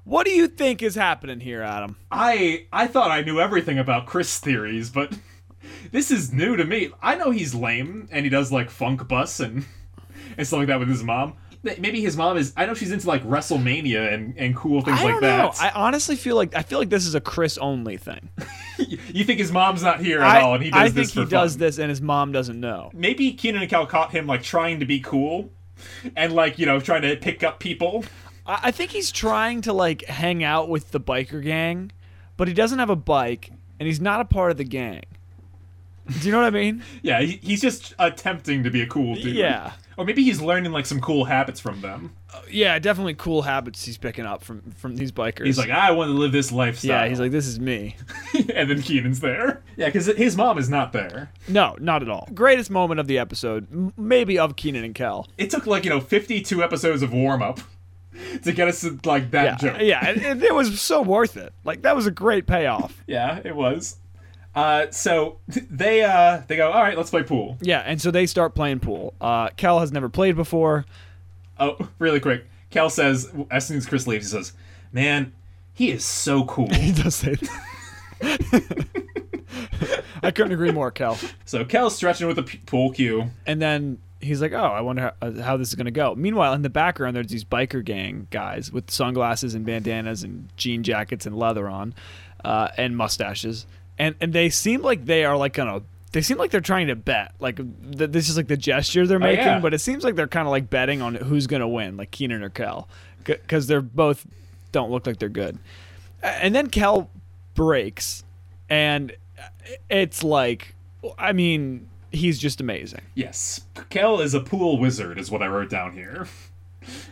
[SPEAKER 3] What do you think is happening here, Adam?
[SPEAKER 4] i i thought i knew everything about chris theories but this is new to me i know he's lame and he does like funk bus and and stuff like that with his mom May- maybe his mom is i know she's into like wrestlemania and and cool things
[SPEAKER 3] I
[SPEAKER 4] like
[SPEAKER 3] don't know.
[SPEAKER 4] that
[SPEAKER 3] I honestly feel like I feel like this is a Chris only thing.
[SPEAKER 4] you think his mom's not here at
[SPEAKER 3] I,
[SPEAKER 4] all and he does
[SPEAKER 3] I
[SPEAKER 4] this
[SPEAKER 3] think he
[SPEAKER 4] for
[SPEAKER 3] does
[SPEAKER 4] fun.
[SPEAKER 3] this, and his mom doesn't know.
[SPEAKER 4] maybe Keenan and Cal caught him like trying to be cool and like you know trying to pick up people.
[SPEAKER 3] I, I think he's trying to like hang out with the biker gang, but he doesn't have a bike, and he's not a part of the gang. Do you know what I mean?
[SPEAKER 4] Yeah, he, he's just attempting to be a cool dude.
[SPEAKER 3] Yeah.
[SPEAKER 4] Or maybe he's learning like some cool habits from them.
[SPEAKER 3] yeah, definitely cool habits he's picking up from from these bikers.
[SPEAKER 4] He's like, I want to live this lifestyle.
[SPEAKER 3] yeah, he's like, this is me.
[SPEAKER 4] and then Keenan's there. Yeah, because his mom is not there.
[SPEAKER 3] No, not at all. Greatest moment of the episode, m- maybe of Keenan and Kel.
[SPEAKER 4] It took like you know fifty-two episodes of warm up to get us to like
[SPEAKER 3] Yeah,
[SPEAKER 4] that joke.
[SPEAKER 3] yeah, and- and it was so worth it. Like that was a great payoff.
[SPEAKER 4] yeah, it was. Uh, so they uh they go, all right, let's play pool.
[SPEAKER 3] Yeah, and so they start playing pool. Uh, Kel has never played before.
[SPEAKER 4] Oh, really quick. Cal says, as soon as Chris leaves, he says, Man, he is so cool.
[SPEAKER 3] He does say that. I couldn't agree more, Kel.
[SPEAKER 4] so Cal's stretching with a p- pool cue.
[SPEAKER 3] And then he's like, "Oh, I wonder how, uh, how this is gonna go." Meanwhile, in the background, there's these biker gang guys with sunglasses and bandanas and jean jackets and leather on, uh, and mustaches, and and they seem like they are like gonna. They seem like they're trying to bet. Like th- this is like the gesture they're making,
[SPEAKER 4] yeah.
[SPEAKER 3] but it seems like they're kind of like betting on who's gonna win, like Keenan or Kel, because they're both don't look like they're good. A- And then Kel breaks, and uh, it's like, I mean, he's just amazing.
[SPEAKER 4] Yes, Cal is a pool wizard, is what I wrote down here.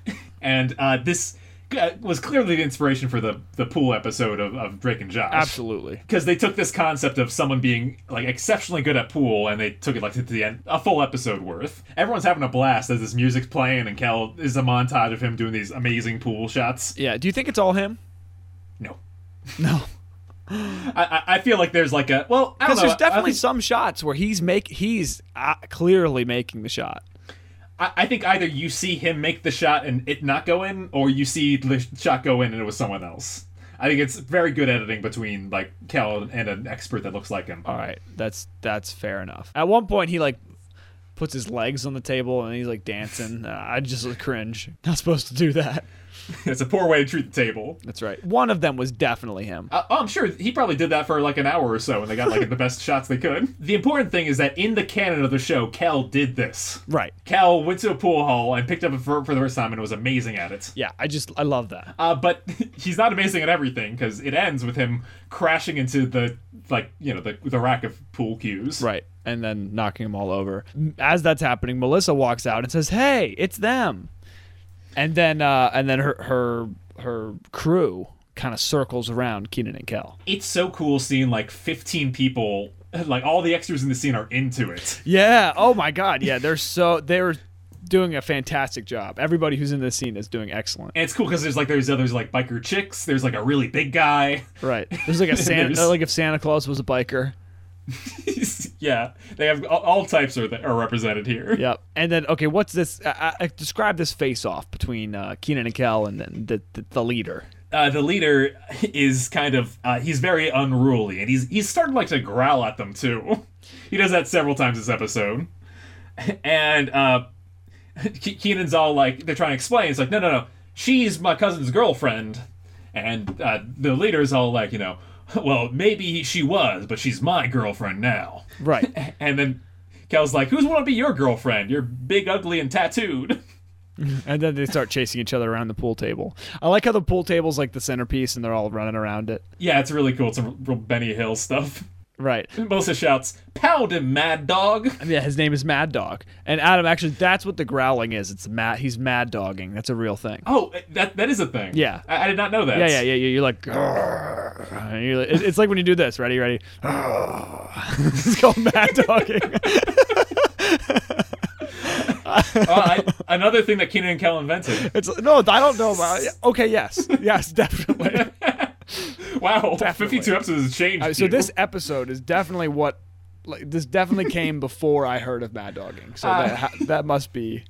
[SPEAKER 4] and uh, this uh, was clearly the inspiration for the, the pool episode of, of Drake and Josh.
[SPEAKER 3] Absolutely.
[SPEAKER 4] Because they took this concept of someone being like exceptionally good at pool, and they took it like to the end, a full episode worth. Everyone's having a blast as this music's playing, and Cal is a montage of him doing these amazing pool shots.
[SPEAKER 3] Yeah. Do you think it's all him?
[SPEAKER 4] No,
[SPEAKER 3] No.
[SPEAKER 4] I, I- I feel like there's like a well, I
[SPEAKER 3] Because
[SPEAKER 4] don't know.
[SPEAKER 3] there's definitely
[SPEAKER 4] I, only-
[SPEAKER 3] some shots where he's make he's uh, clearly making the shot.
[SPEAKER 4] I, I think either you see him make the shot and it not go in, or you see the sh- shot go in and it was someone else. I think it's very good editing between like Cal and an expert that looks like him.
[SPEAKER 3] All right, that's that's fair enough. At one point, he like puts his legs on the table and he's like dancing. Uh, I just like, cringe. Not supposed to do that.
[SPEAKER 4] It's a poor way to treat the table.
[SPEAKER 3] That's right. One of them was definitely him.
[SPEAKER 4] Uh, oh, I'm sure he probably did that for like an hour or so, and they got like the best shots they could. The important thing is that in the canon of the show, Cal did this.
[SPEAKER 3] Right.
[SPEAKER 4] Cal went to a pool hall and picked up a vert for the first time and was amazing at it.
[SPEAKER 3] Yeah. I just I love that.
[SPEAKER 4] Uh, but he's not amazing at everything because it ends with him crashing into the like you know the the rack of pool cues.
[SPEAKER 3] Right. And then knocking them all over. As that's happening, Melissa walks out and says, "Hey, it's them." And then uh, and then her her her crew kind of circles around Keenan and Kel.
[SPEAKER 4] It's so cool seeing like 15 people, like all the extras in the scene are into it.
[SPEAKER 3] Yeah. Oh my God. Yeah. They're so they're doing a fantastic job. Everybody who's in this scene is doing excellent.
[SPEAKER 4] And it's cool because there's like there's others like biker chicks. There's like a really big guy.
[SPEAKER 3] Right. There's like a Santa,
[SPEAKER 4] There's-
[SPEAKER 3] like if Santa Claus was a biker.
[SPEAKER 4] yeah, they have all, all types are are represented here.
[SPEAKER 3] Yep. And then okay, what's this? I, I, describe this face off between uh, Keenan and Kel and then the, the the leader.
[SPEAKER 4] uh, the leader is kind of uh, he's very unruly and he's he's starting like to growl at them too he does that several times this episode and uh Ke- keenan's all like they're trying to explain it's like no no no she's my cousin's girlfriend. And uh, the leader's all like, you know, well, maybe she was, but she's my girlfriend now.
[SPEAKER 3] Right.
[SPEAKER 4] And then Kel's like, who's want to be your girlfriend? You're big, ugly, and tattooed.
[SPEAKER 3] And then they start chasing each other around the pool table. I like how the pool table's like the centerpiece and they're all running around it.
[SPEAKER 4] yeah, it's really cool. It's some real Benny Hill stuff.
[SPEAKER 3] Right.
[SPEAKER 4] Melissa shouts, pound him, mad dog.
[SPEAKER 3] Yeah, his name is Mad Dog. And Adam, actually, that's what the growling is. It's mad. He's mad dogging. That's a real thing.
[SPEAKER 4] Oh, that that is a thing.
[SPEAKER 3] Yeah.
[SPEAKER 4] I, I did not know that.
[SPEAKER 3] Yeah, yeah, yeah. yeah, You're like, "Grrr." And you're like- it's it's like when you do this. Ready, ready. it's called mad dogging.
[SPEAKER 4] Uh, I, another thing that Keenan and Kel invented.
[SPEAKER 3] It's no, I don't know about. Okay, yes, yes, definitely.
[SPEAKER 4] Wow,
[SPEAKER 3] Definitely.
[SPEAKER 4] 52 episodes has changed.
[SPEAKER 3] Uh, so
[SPEAKER 4] you.
[SPEAKER 3] this episode is definitely what. Like, this definitely came before I heard of mad dogging, so
[SPEAKER 4] Ah.
[SPEAKER 3] that ha- that must be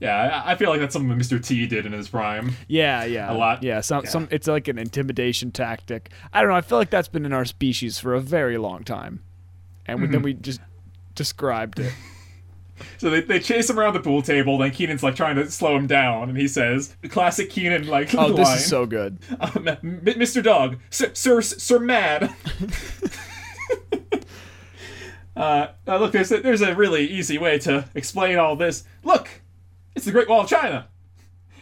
[SPEAKER 4] yeah, I, I feel like that's something that Mr. T did in his prime.
[SPEAKER 3] yeah, yeah,
[SPEAKER 4] A lot.
[SPEAKER 3] yeah. Some
[SPEAKER 4] Yeah.
[SPEAKER 3] some it's like an intimidation tactic. I don't know. I feel like that's been in our species for a very long time, and we, then
[SPEAKER 4] Hmm.
[SPEAKER 3] we just described it.
[SPEAKER 4] So they, they chase him around the pool table. Then Keenan's like trying to slow him down, and he says, "Classic Keenan like
[SPEAKER 3] Oh,
[SPEAKER 4] line,
[SPEAKER 3] this is so good.
[SPEAKER 4] um, M- Mr. Dog, Sir Sir, sir Mad." uh, uh, look, there's a, there's a really easy way to explain all this. Look, it's the Great Wall of China.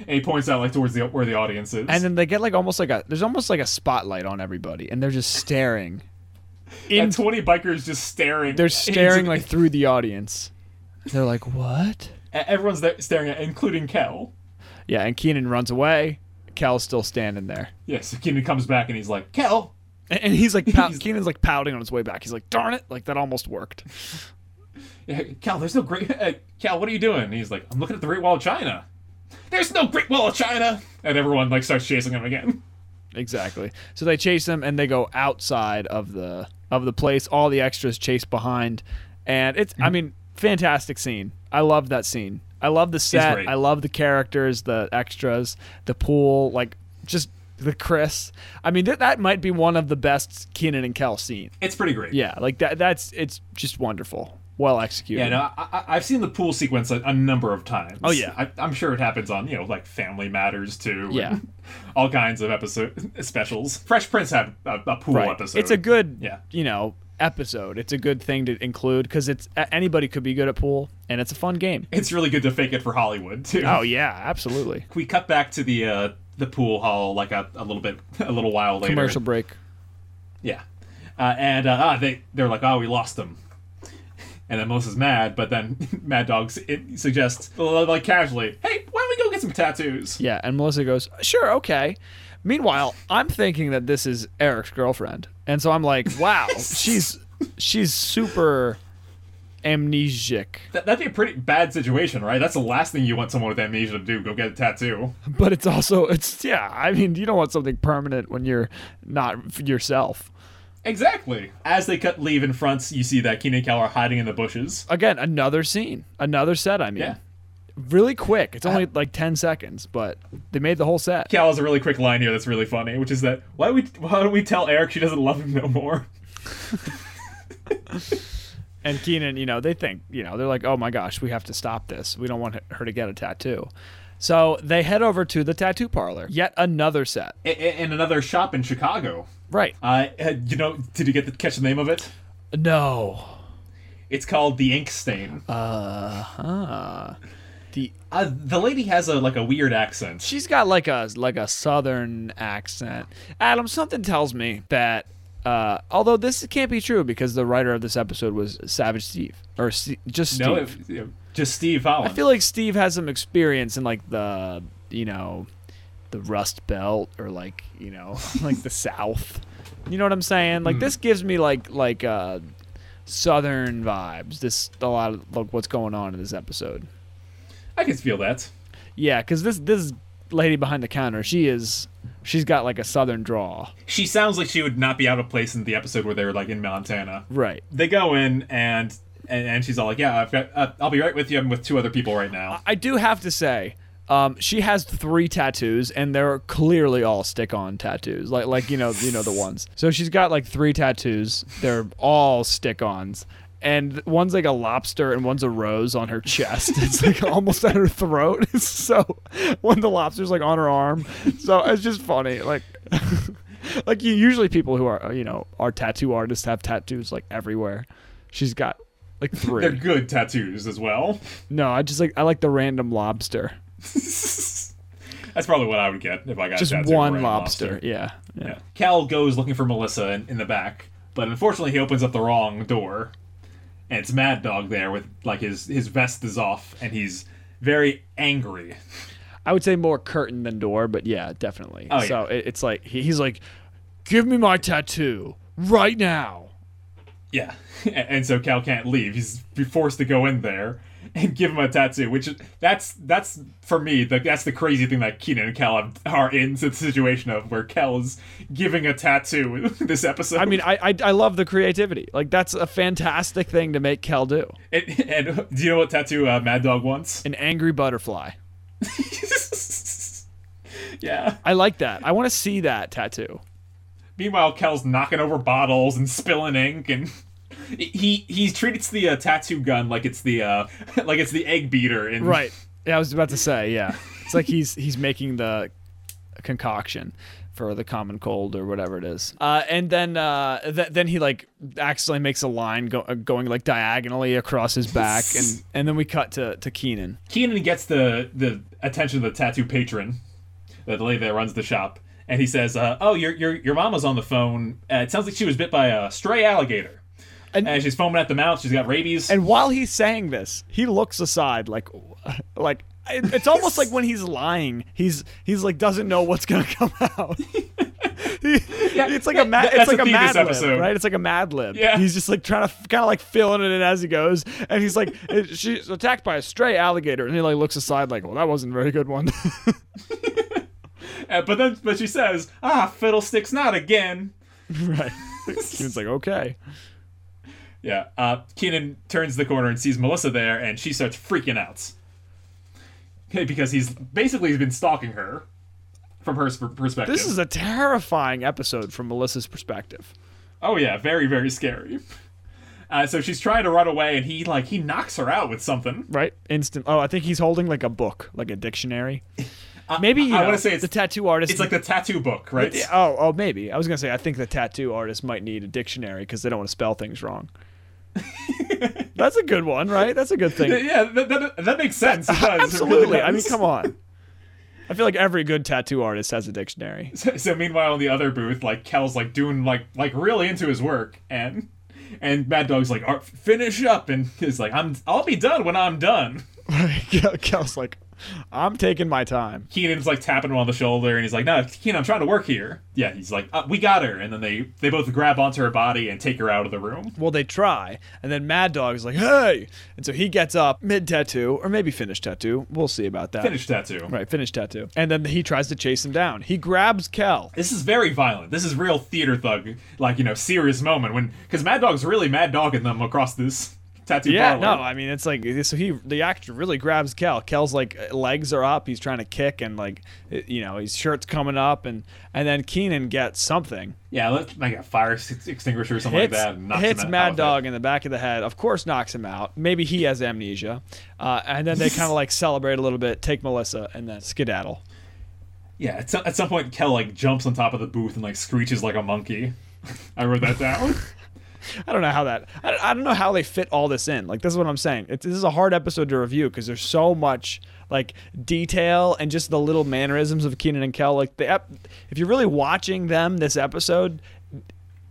[SPEAKER 4] And he points out like towards the where the audience is.
[SPEAKER 3] And then they get like almost like a there's almost like a spotlight on everybody, and they're just staring. In,
[SPEAKER 4] and 20 bikers just staring.
[SPEAKER 3] they're staring like through the audience. They're like, what?
[SPEAKER 4] everyone's there staring at, including Kel.
[SPEAKER 3] Yeah, and Keenan runs away. Cal's still standing there,
[SPEAKER 4] Yes, Keenan comes back and he's like, Kel,
[SPEAKER 3] and, and he's like, pout
[SPEAKER 4] He's-
[SPEAKER 3] Keenan's like pouting on his way back. He's like, darn it, like that almost worked.
[SPEAKER 4] Yeah, eh, Cal, there's no great. Uh, Cal, what are you doing? And he's like, I'm looking at the Great Wall of China. There's no Great Wall of China. And everyone like starts chasing him again.
[SPEAKER 3] Exactly. So they chase them, and they go outside of the of the place. All the extras chase behind, and it's
[SPEAKER 4] Mm-hmm.
[SPEAKER 3] I mean, fantastic scene. I love that scene. I love the set.
[SPEAKER 4] great.
[SPEAKER 3] I love the characters, the extras, the pool, like just the Chris. I mean, that that might be one of the best Keenan and Kel scene.
[SPEAKER 4] It's pretty great.
[SPEAKER 3] Yeah, like that. That's it's just wonderful. Well executed.
[SPEAKER 4] Yeah, no, I, I, I've seen the pool sequence a, a number of times.
[SPEAKER 3] Oh, yeah.
[SPEAKER 4] I, I'm sure it happens on you know like Family Matters too. and
[SPEAKER 3] Yeah.
[SPEAKER 4] all kinds of episode specials. Fresh Prince had a, a pool
[SPEAKER 3] right.
[SPEAKER 4] episode.
[SPEAKER 3] It's a good,
[SPEAKER 4] Yeah.
[SPEAKER 3] you know, episode. It's a good thing to include because it's a- anybody could be good at pool, and it's a fun game.
[SPEAKER 4] It's really good to fake it for Hollywood too.
[SPEAKER 3] Oh yeah, absolutely.
[SPEAKER 4] we cut back to the uh, the pool hall like a, a little bit a little while later.
[SPEAKER 3] Commercial break.
[SPEAKER 4] Yeah, uh, and uh, ah, they they're like, oh, we lost them. And then Melissa's mad, but then Mad Dog s- it suggests like casually, hey, why don't we go get some tattoos?
[SPEAKER 3] Yeah, and Melissa goes, "Sure, okay." Meanwhile, I'm thinking that this is Eric's girlfriend, and so I'm like, "Wow, she's she's super amnesic."
[SPEAKER 4] That, that'd be a pretty bad situation, right? That's the last thing you want someone with amnesia to do. Go get a tattoo.
[SPEAKER 3] But it's also it's yeah. I mean, you don't want something permanent when you're not yourself.
[SPEAKER 4] Exactly. As they cut leave in front, you see that Keenan and Kel are hiding in the bushes.
[SPEAKER 3] Again, another scene, another set. I mean,
[SPEAKER 4] Yeah.
[SPEAKER 3] really quick. It's only like ten seconds, but they made the whole set.
[SPEAKER 4] Cal has a really quick line here that's really funny, which is that why we why don't we tell Eric she doesn't love him no more?
[SPEAKER 3] And Keenan, you know, they think, you know, they're like, oh my gosh, we have to stop this. We don't want her to get a tattoo. So they head over to the tattoo parlor. Yet another set.
[SPEAKER 4] A- a- In another shop in Chicago.
[SPEAKER 3] Right.
[SPEAKER 4] Uh, uh, you know, did you get the catch the name of it?
[SPEAKER 3] No.
[SPEAKER 4] It's called the ink stain. Uh,
[SPEAKER 3] The
[SPEAKER 4] the lady has a like a weird accent.
[SPEAKER 3] she's got like a like a southern accent. Adam, something tells me that uh, although this can't be true because the writer of this episode was Savage Steve or Ste just Steve.
[SPEAKER 4] no, it- it- just Steve Holland.
[SPEAKER 3] I feel like Steve has some experience in like the you know the Rust Belt or like you know like the South. You know what I'm saying? Like this gives me like like uh Southern vibes. This a lot of like what's going on in this episode.
[SPEAKER 4] I can feel that.
[SPEAKER 3] Yeah, because this this lady behind the counter, she is she's got like a Southern draw.
[SPEAKER 4] She sounds like she would not be out of place in the episode where they were like in Montana.
[SPEAKER 3] Right.
[SPEAKER 4] They go in and and, and she's all like, "Yeah, I've got. Uh, I'll be right with you. I'm with two other people right now."
[SPEAKER 3] I do have to say, um, she has three tattoos, and they're clearly all stick-on tattoos, like like you know you know the ones. So she's got like three tattoos. They're all stick-ons, and one's like a lobster and one's a rose on her chest. It's like almost at her throat. so one of the lobsters like on her arm. So it's just funny. Like like you usually people who are uh, you know are tattoo artists have tattoos like everywhere. She's got like
[SPEAKER 4] They're
[SPEAKER 3] three.
[SPEAKER 4] good tattoos as well.
[SPEAKER 3] no, I just like I like the random lobster.
[SPEAKER 4] That's probably what I would get if I got
[SPEAKER 3] Just
[SPEAKER 4] a tattoo
[SPEAKER 3] one
[SPEAKER 4] for a
[SPEAKER 3] lobster. Yeah. yeah.
[SPEAKER 4] Yeah. Cal goes looking for Melissa in, in the back, but unfortunately he opens up the wrong door, and it's Mad Dog there with like his his vest is off and he's very angry.
[SPEAKER 3] I would say more curtain than door, but yeah, definitely.
[SPEAKER 4] Oh, yeah.
[SPEAKER 3] So it, it's like he, he's like, "Give me my tattoo right now."
[SPEAKER 4] Yeah, and, and so Cal can't leave. He's forced to go in there and give him a tattoo, which is- that's that's for me the, that's the crazy thing that Keenan and Cal have, are in the situation of where Cal is giving a tattoo this episode.
[SPEAKER 3] I mean, I, I I love the creativity. Like that's a fantastic thing to make Kel do.
[SPEAKER 4] and, and do you know what tattoo uh, Mad Dog wants?
[SPEAKER 3] An angry butterfly.
[SPEAKER 4] yeah.
[SPEAKER 3] I like that. I want to see that tattoo.
[SPEAKER 4] Meanwhile, Kel's knocking over bottles and spilling ink, and he he treats the uh, tattoo gun like it's the uh, like it's the egg beater. In,
[SPEAKER 3] Right. Yeah, I was about to say. Yeah, it's like he's he's making the concoction for the common cold or whatever it is. Uh, and then uh, th- then he like accidentally makes a line go- uh, going like diagonally across his back, and and then we cut to to Keenan.
[SPEAKER 4] Keenan gets the the attention of the tattoo patron, the lady that runs the shop, and he says, uh, "Oh, your your your mom was on the phone. Uh, it sounds like she was bit by a stray alligator,
[SPEAKER 3] And-
[SPEAKER 4] and, she's foaming at the mouth. She's got rabies."
[SPEAKER 3] And while he's saying this, he looks aside like like it- it's almost like when he's lying, he's he's like doesn't know what's gonna come out. He- it's like a mad,
[SPEAKER 4] that-
[SPEAKER 3] it's
[SPEAKER 4] that's
[SPEAKER 3] like
[SPEAKER 4] a
[SPEAKER 3] a
[SPEAKER 4] theme
[SPEAKER 3] mad
[SPEAKER 4] this
[SPEAKER 3] lib,
[SPEAKER 4] episode.
[SPEAKER 3] right? It's like a mad lib.
[SPEAKER 4] Yeah.
[SPEAKER 3] He's just like trying to kind of like filling it in as he goes, and he's like, it- she's attacked by a stray alligator, and he like looks aside like, well, that wasn't a very good one.
[SPEAKER 4] Uh, but then but she says, "Ah, fiddlesticks, not again."
[SPEAKER 3] right. He's like, okay.
[SPEAKER 4] Yeah. Uh, Keenan turns the corner and sees Melissa there, and she starts freaking out Okay, because he's basically he's been stalking her from her s- perspective.
[SPEAKER 3] This is a terrifying episode from Melissa's perspective.
[SPEAKER 4] oh yeah, very very scary. Uh, so she's trying to run away, and he like he knocks her out with something.
[SPEAKER 3] right? Instant. Oh, I think he's holding like a book, like a dictionary. maybe you
[SPEAKER 4] I
[SPEAKER 3] know,
[SPEAKER 4] wanna say it's-
[SPEAKER 3] the tattoo artist.
[SPEAKER 4] It's like the tattoo book, right?
[SPEAKER 3] oh, oh, maybe. I was gonna say I think the tattoo artist might need a dictionary because they don't want to spell things wrong. That's a good one, right? That's a good thing.
[SPEAKER 4] Uh, Yeah, that, that, that makes sense. It does. It really
[SPEAKER 3] Absolutely. I mean,
[SPEAKER 4] does.
[SPEAKER 3] come on. I feel like every good tattoo artist has a dictionary.
[SPEAKER 4] So, so meanwhile, in the other booth, like Kel's like doing like like really into his work, and and Mad Dog's like, "Ar- finish up, and he's like, I'm I'll be done when I'm done.
[SPEAKER 3] Kel- Kel's like, I'm taking my time.
[SPEAKER 4] Keenan's like tapping him on the shoulder, and he's like, "No, Keenan, I'm trying to work here." Yeah, he's like, uh, "We got her," and then they they both grab onto her body and take her out of the room.
[SPEAKER 3] Well, they try, and then Mad Dog's like, "Hey!" And so he gets up mid tattoo, or maybe finished tattoo. We'll see about that.
[SPEAKER 4] Finish tattoo.
[SPEAKER 3] Right, finish tattoo. And then he tries to chase him down. He grabs Kel.
[SPEAKER 4] This is very violent. This is real theater thug, like you know, serious moment when because Mad Dog's really Mad Dogging them across this tattoo.
[SPEAKER 3] Yeah, no,
[SPEAKER 4] parlor.
[SPEAKER 3] I mean it's like so he the actor really grabs Kel. Kel's like legs are up, he's trying to kick and like you know, his shirt's coming up and and then Keenan gets something.
[SPEAKER 4] yeah, let, like a fire ex- extinguisher or something
[SPEAKER 3] Hits,
[SPEAKER 4] like that. And knocks
[SPEAKER 3] hits
[SPEAKER 4] him out
[SPEAKER 3] Mad
[SPEAKER 4] of it.
[SPEAKER 3] Dog in the back of the head. Of course knocks him out. Maybe he has amnesia. Uh, and then they kind of like celebrate a little bit, take Melissa and then skedaddle.
[SPEAKER 4] Yeah, at some, at some point, Kel like jumps on top of the booth and like screeches like a monkey. I wrote that down.
[SPEAKER 3] I don't know how that. I don't, I don't know how they fit all this in. Like this is what I'm saying. It's, this is a hard episode to review because there's so much like detail and just the little mannerisms of Keenan and Kel. Like the ep- if you're really watching them this episode,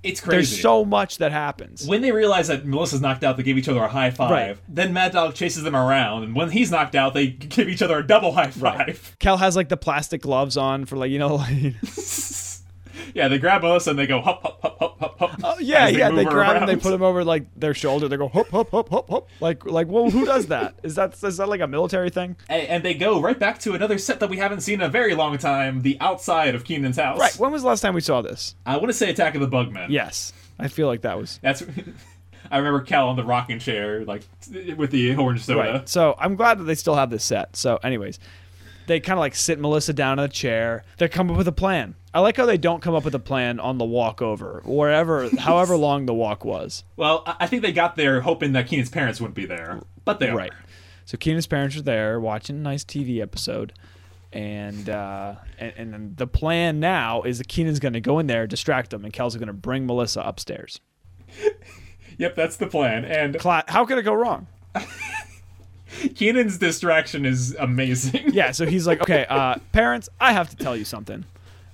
[SPEAKER 4] It's
[SPEAKER 3] there's
[SPEAKER 4] crazy.
[SPEAKER 3] so much that happens.
[SPEAKER 4] when they realize that Melissa's knocked out, they give each other a high five.
[SPEAKER 3] Right.
[SPEAKER 4] Then Mad Dog chases them around, and when he's knocked out, they give each other a double high five.
[SPEAKER 3] Kel has like the plastic gloves on for like you know. Like,
[SPEAKER 4] Yeah, they grab Melissa and they go hop hop hop hop hop hop.
[SPEAKER 3] oh yeah,
[SPEAKER 4] as
[SPEAKER 3] yeah. They
[SPEAKER 4] move her
[SPEAKER 3] grab him, they
[SPEAKER 4] around.
[SPEAKER 3] put him over like their shoulder. They go hop hop hop hop hop. Like like well, who does that? Is that is that like a military thing?
[SPEAKER 4] and, and they go right back to another set that we haven't seen in a very long time, the outside of Keenan's house.
[SPEAKER 3] Right. When was the last time we saw this?
[SPEAKER 4] I want to say Attack of the Bugmen.
[SPEAKER 3] Yes, I feel like that was
[SPEAKER 4] That's. I remember Cal on the rocking chair, like with the orange soda.
[SPEAKER 3] Right. So I'm glad that they still have this set. So, anyways, they kind of like sit Melissa down in a chair. They come up with a plan. I like how they don't come up with a plan on the walk over, wherever, however long the walk was.
[SPEAKER 4] Well, I I think they got there hoping that Keenan's parents wouldn't be there, but they
[SPEAKER 3] Right.
[SPEAKER 4] are.
[SPEAKER 3] So Keenan's parents are there watching a nice TV episode, and uh, and, and then the plan now is that Keenan's going to go in there, distract them, and Kel's going to bring Melissa upstairs.
[SPEAKER 4] Yep, that's the plan. And
[SPEAKER 3] Cla- how could it go wrong?
[SPEAKER 4] Keenan's distraction is amazing.
[SPEAKER 3] Yeah. So he's like, okay, uh, parents, I have to tell you something.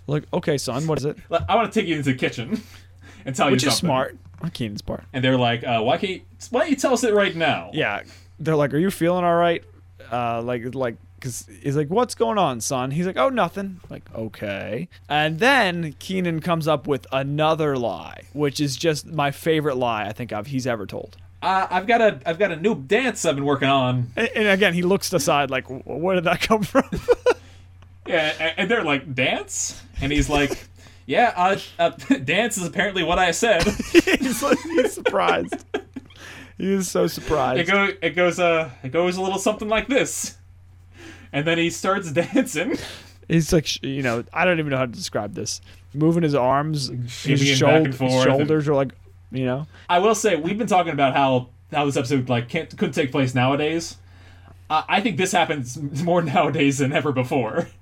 [SPEAKER 3] Like, okay, son, what is it?
[SPEAKER 4] Like, I want to take you into the kitchen and tell
[SPEAKER 3] Which
[SPEAKER 4] you something.
[SPEAKER 3] is smart on Keenan's part.
[SPEAKER 4] And they're like, uh, why can't you, why don't you tell us it right now?
[SPEAKER 3] yeah they're like are you feeling all right uh like like because he's like what's going on son he's like oh nothing like okay and then keenan comes up with another lie which is just my favorite lie i think of he's ever told
[SPEAKER 4] Uh, I've got a I've got a new dance I've been working on.
[SPEAKER 3] and, and again he looks aside like "Wh- where did that come from
[SPEAKER 4] Yeah, a- and they're like, dance? And he's like, yeah, uh, uh, dance is apparently what I said.
[SPEAKER 3] he's like he's surprised he is so surprised
[SPEAKER 4] It go it goes uh it goes a little something like this. And then he starts dancing.
[SPEAKER 3] he's like sh- you know i don't even know how to describe this moving his arms his,
[SPEAKER 4] Shimmying back
[SPEAKER 3] shoul-
[SPEAKER 4] and
[SPEAKER 3] his
[SPEAKER 4] forth.
[SPEAKER 3] shoulders are like you know
[SPEAKER 4] I will say we've been talking about how how this episode like can't couldn't take place nowadays. Uh, I think this happens more nowadays than ever before.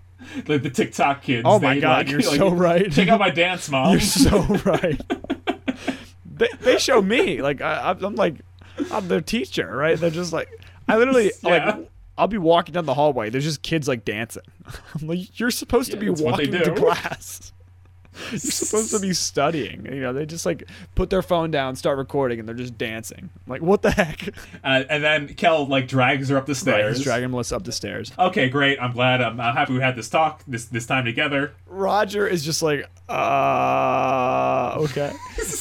[SPEAKER 4] Like the TikTok kids.
[SPEAKER 3] Oh my
[SPEAKER 4] they,
[SPEAKER 3] God,
[SPEAKER 4] like-
[SPEAKER 3] you're
[SPEAKER 4] like,
[SPEAKER 3] so right.
[SPEAKER 4] Check out my dance, mom.
[SPEAKER 3] You're so right. they, they show me like I, I'm- I'm like I'm their teacher, right? They're just like I literally
[SPEAKER 4] Yeah.
[SPEAKER 3] like I'll be walking down the hallway. There's just kids like dancing. I'm like, you're supposed to be
[SPEAKER 4] that's what they
[SPEAKER 3] walking to
[SPEAKER 4] do.
[SPEAKER 3] class. You're supposed to be studying. You know, they just like put their phone down, start recording, and they're just dancing. I'm like, what the heck?
[SPEAKER 4] Uh, and then Kel like drags her up the
[SPEAKER 3] Right,
[SPEAKER 4] stairs.
[SPEAKER 3] he's dragging Melissa up the stairs.
[SPEAKER 4] okay, great. I'm glad. I'm, I'm happy we had this talk this this time together.
[SPEAKER 3] Roger is just like, uh, okay.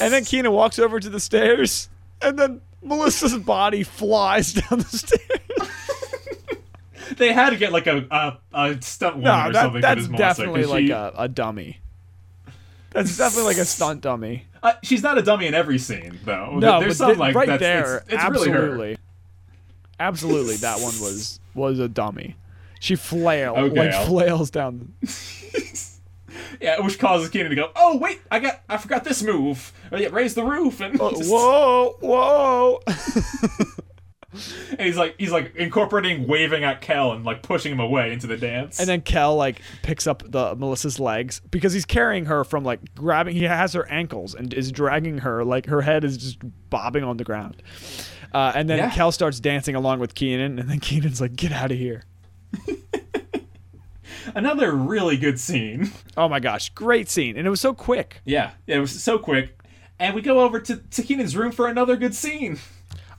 [SPEAKER 3] and then Keenan walks over to the stairs, and then Melissa's body flies down the stairs.
[SPEAKER 4] They had to get like a a, a stunt woman
[SPEAKER 3] no,
[SPEAKER 4] or
[SPEAKER 3] that,
[SPEAKER 4] something for
[SPEAKER 3] that's
[SPEAKER 4] this Melissa, 'cause
[SPEAKER 3] definitely like
[SPEAKER 4] she-
[SPEAKER 3] a, a dummy. That's definitely like a stunt dummy.
[SPEAKER 4] Uh, she's not a dummy in every scene though.
[SPEAKER 3] No,
[SPEAKER 4] there's
[SPEAKER 3] but
[SPEAKER 4] some
[SPEAKER 3] thi-
[SPEAKER 4] like
[SPEAKER 3] right
[SPEAKER 4] that's,
[SPEAKER 3] there,
[SPEAKER 4] It's, it's really
[SPEAKER 3] absolutely,
[SPEAKER 4] her.
[SPEAKER 3] absolutely, that one was was a dummy. She flail
[SPEAKER 4] Okay,
[SPEAKER 3] like
[SPEAKER 4] I'll-
[SPEAKER 3] flails down.
[SPEAKER 4] Yeah, which causes Keenan to go, "Oh wait, I got, I forgot this move." Or yeah, raise the roof, and, just-
[SPEAKER 3] Uh, Whoa, whoa!
[SPEAKER 4] and he's like, he's like incorporating waving at Kel and like pushing him away into the dance.
[SPEAKER 3] And then Kel like picks up the Melissa's legs because he's carrying her from like grabbing. He has her ankles and is dragging her like her head is just bobbing on the ground. Uh, and then
[SPEAKER 4] Yeah.
[SPEAKER 3] Kel starts dancing along with Keenan, and then Keenan's like, "Get out of here!"
[SPEAKER 4] another really good scene.
[SPEAKER 3] Oh my gosh, great scene, and it was so quick.
[SPEAKER 4] Yeah, yeah, it was so quick. And we go over to, to Keenan's room for another good scene.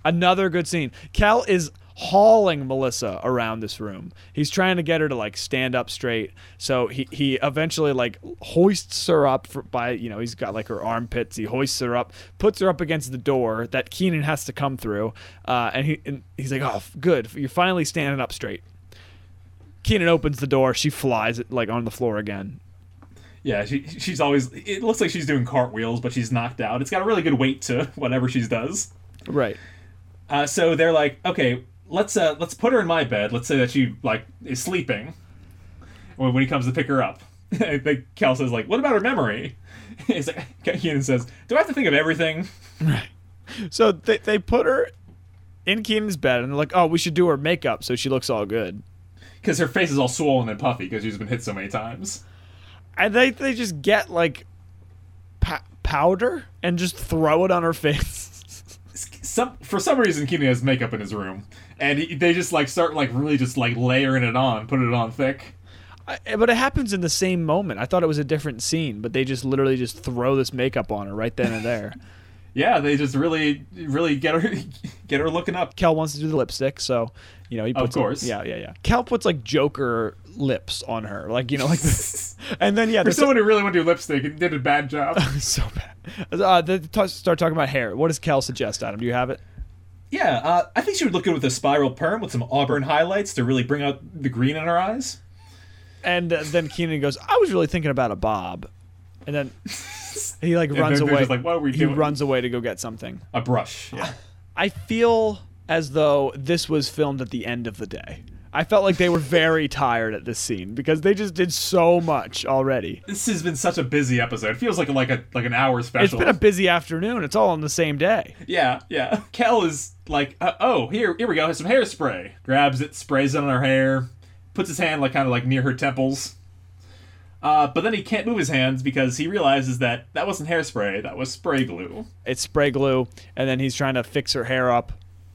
[SPEAKER 3] Another good scene. Kel is hauling Melissa around this room. He's trying to get her to like stand up straight. So he he eventually like hoists her up for, by you know he's got like her armpits. He hoists her up, puts her up against the door that Keenan has to come through. Uh, and he and he's like, oh, good, you're finally standing up straight. Keenan opens the door. She flies like on the floor again.
[SPEAKER 4] Yeah, she, she's always. It looks like she's doing cartwheels, but she's knocked out. It's got a really good weight to whatever she does.
[SPEAKER 3] Right.
[SPEAKER 4] Uh, so they're like, okay, let's uh, let's put her in my bed. Let's say that she like is sleeping when, when he comes to pick her up. I think Cal says like, what about her memory? He's like, Keenan says, do I have to think of everything?
[SPEAKER 3] So they they put her in Keenan's bed and they're like, oh, we should do her makeup so she looks all good.
[SPEAKER 4] Because her face is all swollen and puffy because she's been hit so many times.
[SPEAKER 3] I think they just get like pow- powder and just throw it on her face.
[SPEAKER 4] Some for some reason Keenan has makeup in his room, and he, they just like start like really just like layering it on, putting it on thick.
[SPEAKER 3] I, but it happens in the same moment. I thought it was a different scene, but they just literally just throw this makeup on her right then and there.
[SPEAKER 4] Yeah, they just really really get her get her looking up.
[SPEAKER 3] Kel wants to do the lipstick, so you know he puts
[SPEAKER 4] course.
[SPEAKER 3] yeah, yeah, yeah. Kel puts like Joker lips on her, like you know, like. and then yeah,
[SPEAKER 4] For
[SPEAKER 3] there's
[SPEAKER 4] someone who really wanted to do lipstick and did a bad job.
[SPEAKER 3] so bad. Uh, they t- start talking about hair. What does Kel suggest, Adam? Do you have it?
[SPEAKER 4] Yeah, uh, I think she would look good with a spiral perm with some auburn highlights to really bring out the green in her eyes.
[SPEAKER 3] And uh, then Keenan goes, "I was really thinking about a bob," and then he like runs
[SPEAKER 4] they're
[SPEAKER 3] away.
[SPEAKER 4] just like, "What are we
[SPEAKER 3] he
[SPEAKER 4] doing?"
[SPEAKER 3] runs away to go get something.
[SPEAKER 4] A
[SPEAKER 3] Ah.
[SPEAKER 4] brush. Yeah.
[SPEAKER 3] I feel as though this was filmed at the end of the day. I felt like they were very tired at this scene because they just did so much already.
[SPEAKER 4] This has been such a busy episode. It feels like like a like an hour
[SPEAKER 3] It's
[SPEAKER 4] special.
[SPEAKER 3] been a busy afternoon. It's all on the same day.
[SPEAKER 4] yeah, yeah. Kel is like, uh, oh, here, here we go. Here's some hairspray. Grabs it, sprays it on her hair, puts his hand like kind of like near her temples. Uh, but then he can't move his hands because he realizes that that wasn't hairspray. That was spray glue.
[SPEAKER 3] It's spray glue, and then he's trying to fix her hair up.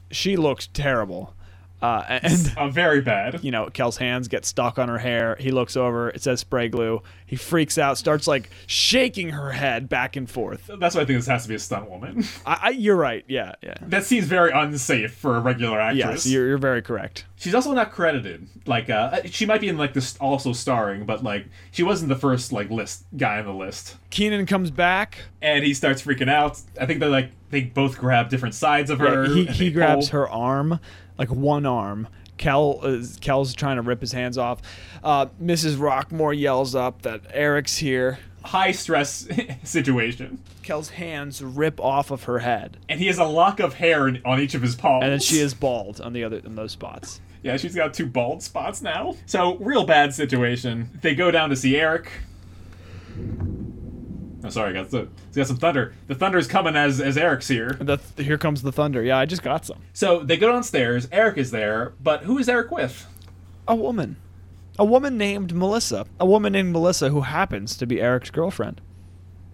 [SPEAKER 3] She looks terrible. Uh, and
[SPEAKER 4] Uh, very bad.
[SPEAKER 3] you know, Kel's hands get stuck on her hair. He looks over. It says spray glue. He freaks out, starts like shaking her head back and forth.
[SPEAKER 4] That's why I think this has to be a stunt woman.
[SPEAKER 3] I, I you're right. Yeah, yeah.
[SPEAKER 4] that seems very unsafe for a regular actress.
[SPEAKER 3] Yes, you're, you're very correct.
[SPEAKER 4] She's also not credited. Like, uh, she might be in like this also starring, but like she wasn't the first like list guy on the list.
[SPEAKER 3] Keenan comes back.
[SPEAKER 4] And he starts freaking out. I think they like they both grab different sides of her.
[SPEAKER 3] he
[SPEAKER 4] and
[SPEAKER 3] he
[SPEAKER 4] they
[SPEAKER 3] grabs
[SPEAKER 4] pull.
[SPEAKER 3] her arm, like one arm. Kel is, Kel's trying to rip his hands off. Uh, Mrs. Rockmore yells up that Eric's here.
[SPEAKER 4] High stress situation,
[SPEAKER 3] Kel's hands rip off of her head,
[SPEAKER 4] and he has a lock of hair in, on each of his palms.
[SPEAKER 3] and then she is bald on the other on those spots.
[SPEAKER 4] Yeah, she's got two bald spots now. So real bad situation. They go down to see Eric. Oh, sorry, got the got some thunder. The thunder's coming as as Eric's here.
[SPEAKER 3] The th- here comes the thunder. Yeah, I just got some.
[SPEAKER 4] So they go downstairs. Eric is there, but who is Eric with?
[SPEAKER 3] A woman, a woman named Melissa, a woman named Melissa who happens to be Eric's girlfriend.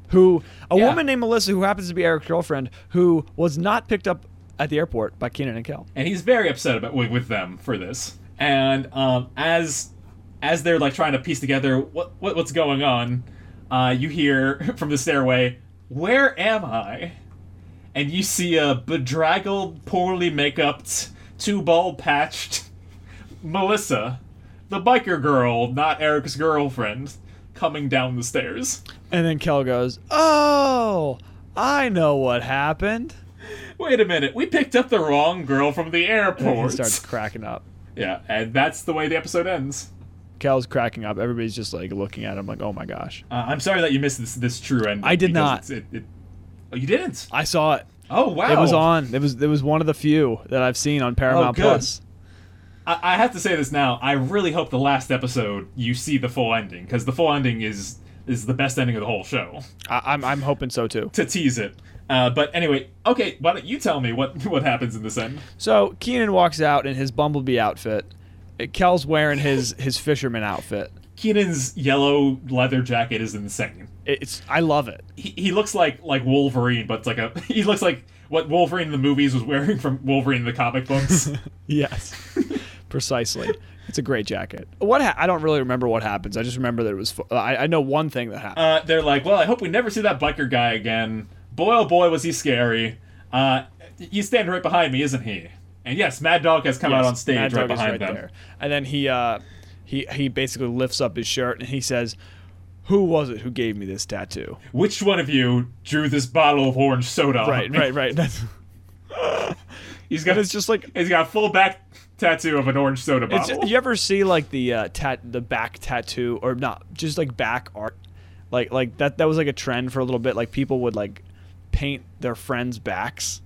[SPEAKER 3] Who a
[SPEAKER 4] Yeah.
[SPEAKER 3] woman named Melissa who happens to be Eric's girlfriend who was not picked up at the airport by Keenan and Kel.
[SPEAKER 4] and he's very upset about with, with them for this. And um, as as they're like trying to piece together what, what what's going on, uh, you hear from the stairway, "Where am I?" And you see a bedraggled, poorly makeuped, two bald patched Melissa, the biker girl, not Eric's girlfriend, coming down the stairs.
[SPEAKER 3] And then Kel goes, "Oh, I know what happened."
[SPEAKER 4] Wait a minute, we picked up the wrong girl from
[SPEAKER 3] And
[SPEAKER 4] the
[SPEAKER 3] he
[SPEAKER 4] airport.
[SPEAKER 3] starts cracking up.
[SPEAKER 4] Yeah, and that's the way the episode ends.
[SPEAKER 3] Kel's cracking up. Everybody's just like looking at him, like, "Oh my gosh!"
[SPEAKER 4] Uh, I'm sorry that you missed this this true ending.
[SPEAKER 3] I did
[SPEAKER 4] because
[SPEAKER 3] not.
[SPEAKER 4] it's- It, it, oh, you didn't.
[SPEAKER 3] I saw it.
[SPEAKER 4] Oh wow!
[SPEAKER 3] It was on. It was it was one of the few that I've seen on Paramount
[SPEAKER 4] Oh, good.
[SPEAKER 3] Plus.
[SPEAKER 4] I, I have to say this now. I really hope the last episode you see the full ending because the full ending is is the best ending of the whole show.
[SPEAKER 3] I, I'm I'm hoping so too.
[SPEAKER 4] To tease it. Uh, but anyway, okay. Why don't you tell me what what happens in this end?
[SPEAKER 3] So Keenan walks out in his bumblebee outfit. Uh, Kel's wearing his his fisherman outfit.
[SPEAKER 4] Keenan's yellow leather jacket is insane.
[SPEAKER 3] It's I love it.
[SPEAKER 4] He, he looks like like Wolverine, but it's like a he looks like what Wolverine in the movies was wearing from Wolverine in the comic books.
[SPEAKER 3] Yes, precisely. It's a great jacket. What ha- I don't really remember what happens. I just remember that it was. fu- I, I know one thing that happened.
[SPEAKER 4] uh, they're like, well, I hope we never see that biker guy again. Boy, oh boy, was he scary. Uh, he's standing right behind me, isn't he? And yes, Mad Dog has come out
[SPEAKER 3] Yes,
[SPEAKER 4] Uh, on stage
[SPEAKER 3] Mad
[SPEAKER 4] right
[SPEAKER 3] Dog is
[SPEAKER 4] behind them.
[SPEAKER 3] And then he uh, he he basically lifts up his shirt and he says, "Who was it who gave me this tattoo?"
[SPEAKER 4] Which one of you drew this bottle of orange soda? on
[SPEAKER 3] Right,
[SPEAKER 4] me?"
[SPEAKER 3] right, right. That's
[SPEAKER 4] He's got
[SPEAKER 3] and it's just like
[SPEAKER 4] he's got a full back tattoo of an orange soda
[SPEAKER 3] it's,
[SPEAKER 4] bottle.
[SPEAKER 3] you ever see like the uh, tat the back tattoo or not just like back art, like like that that was like a trend for a little bit. Like people would like paint their friends' backs.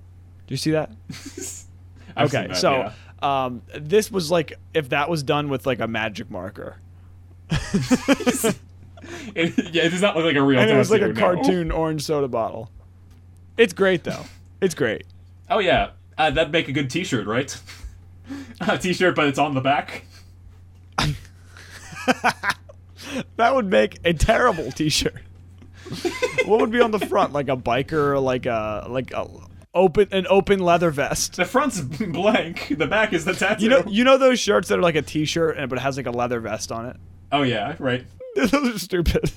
[SPEAKER 3] Do you see that?
[SPEAKER 4] I've seen
[SPEAKER 3] Okay,
[SPEAKER 4] that,
[SPEAKER 3] so.
[SPEAKER 4] yeah.
[SPEAKER 3] Um, this was like if that was done with like a magic marker,
[SPEAKER 4] It, yeah, it does not look like a real.
[SPEAKER 3] and it was like a
[SPEAKER 4] tattoo, no.
[SPEAKER 3] cartoon orange soda bottle. It's great though. It's great.
[SPEAKER 4] Oh yeah, uh, that'd make a good T-shirt, right? a T-shirt, but it's on the back.
[SPEAKER 3] That would make a terrible T-shirt. what would be on the front? Like a biker, like a like a open an open leather vest.
[SPEAKER 4] The front's blank. The back is the tattoo.
[SPEAKER 3] You know, you know those shirts that are like a T-shirt and but it has like a leather vest on it.
[SPEAKER 4] oh yeah, right.
[SPEAKER 3] those are stupid.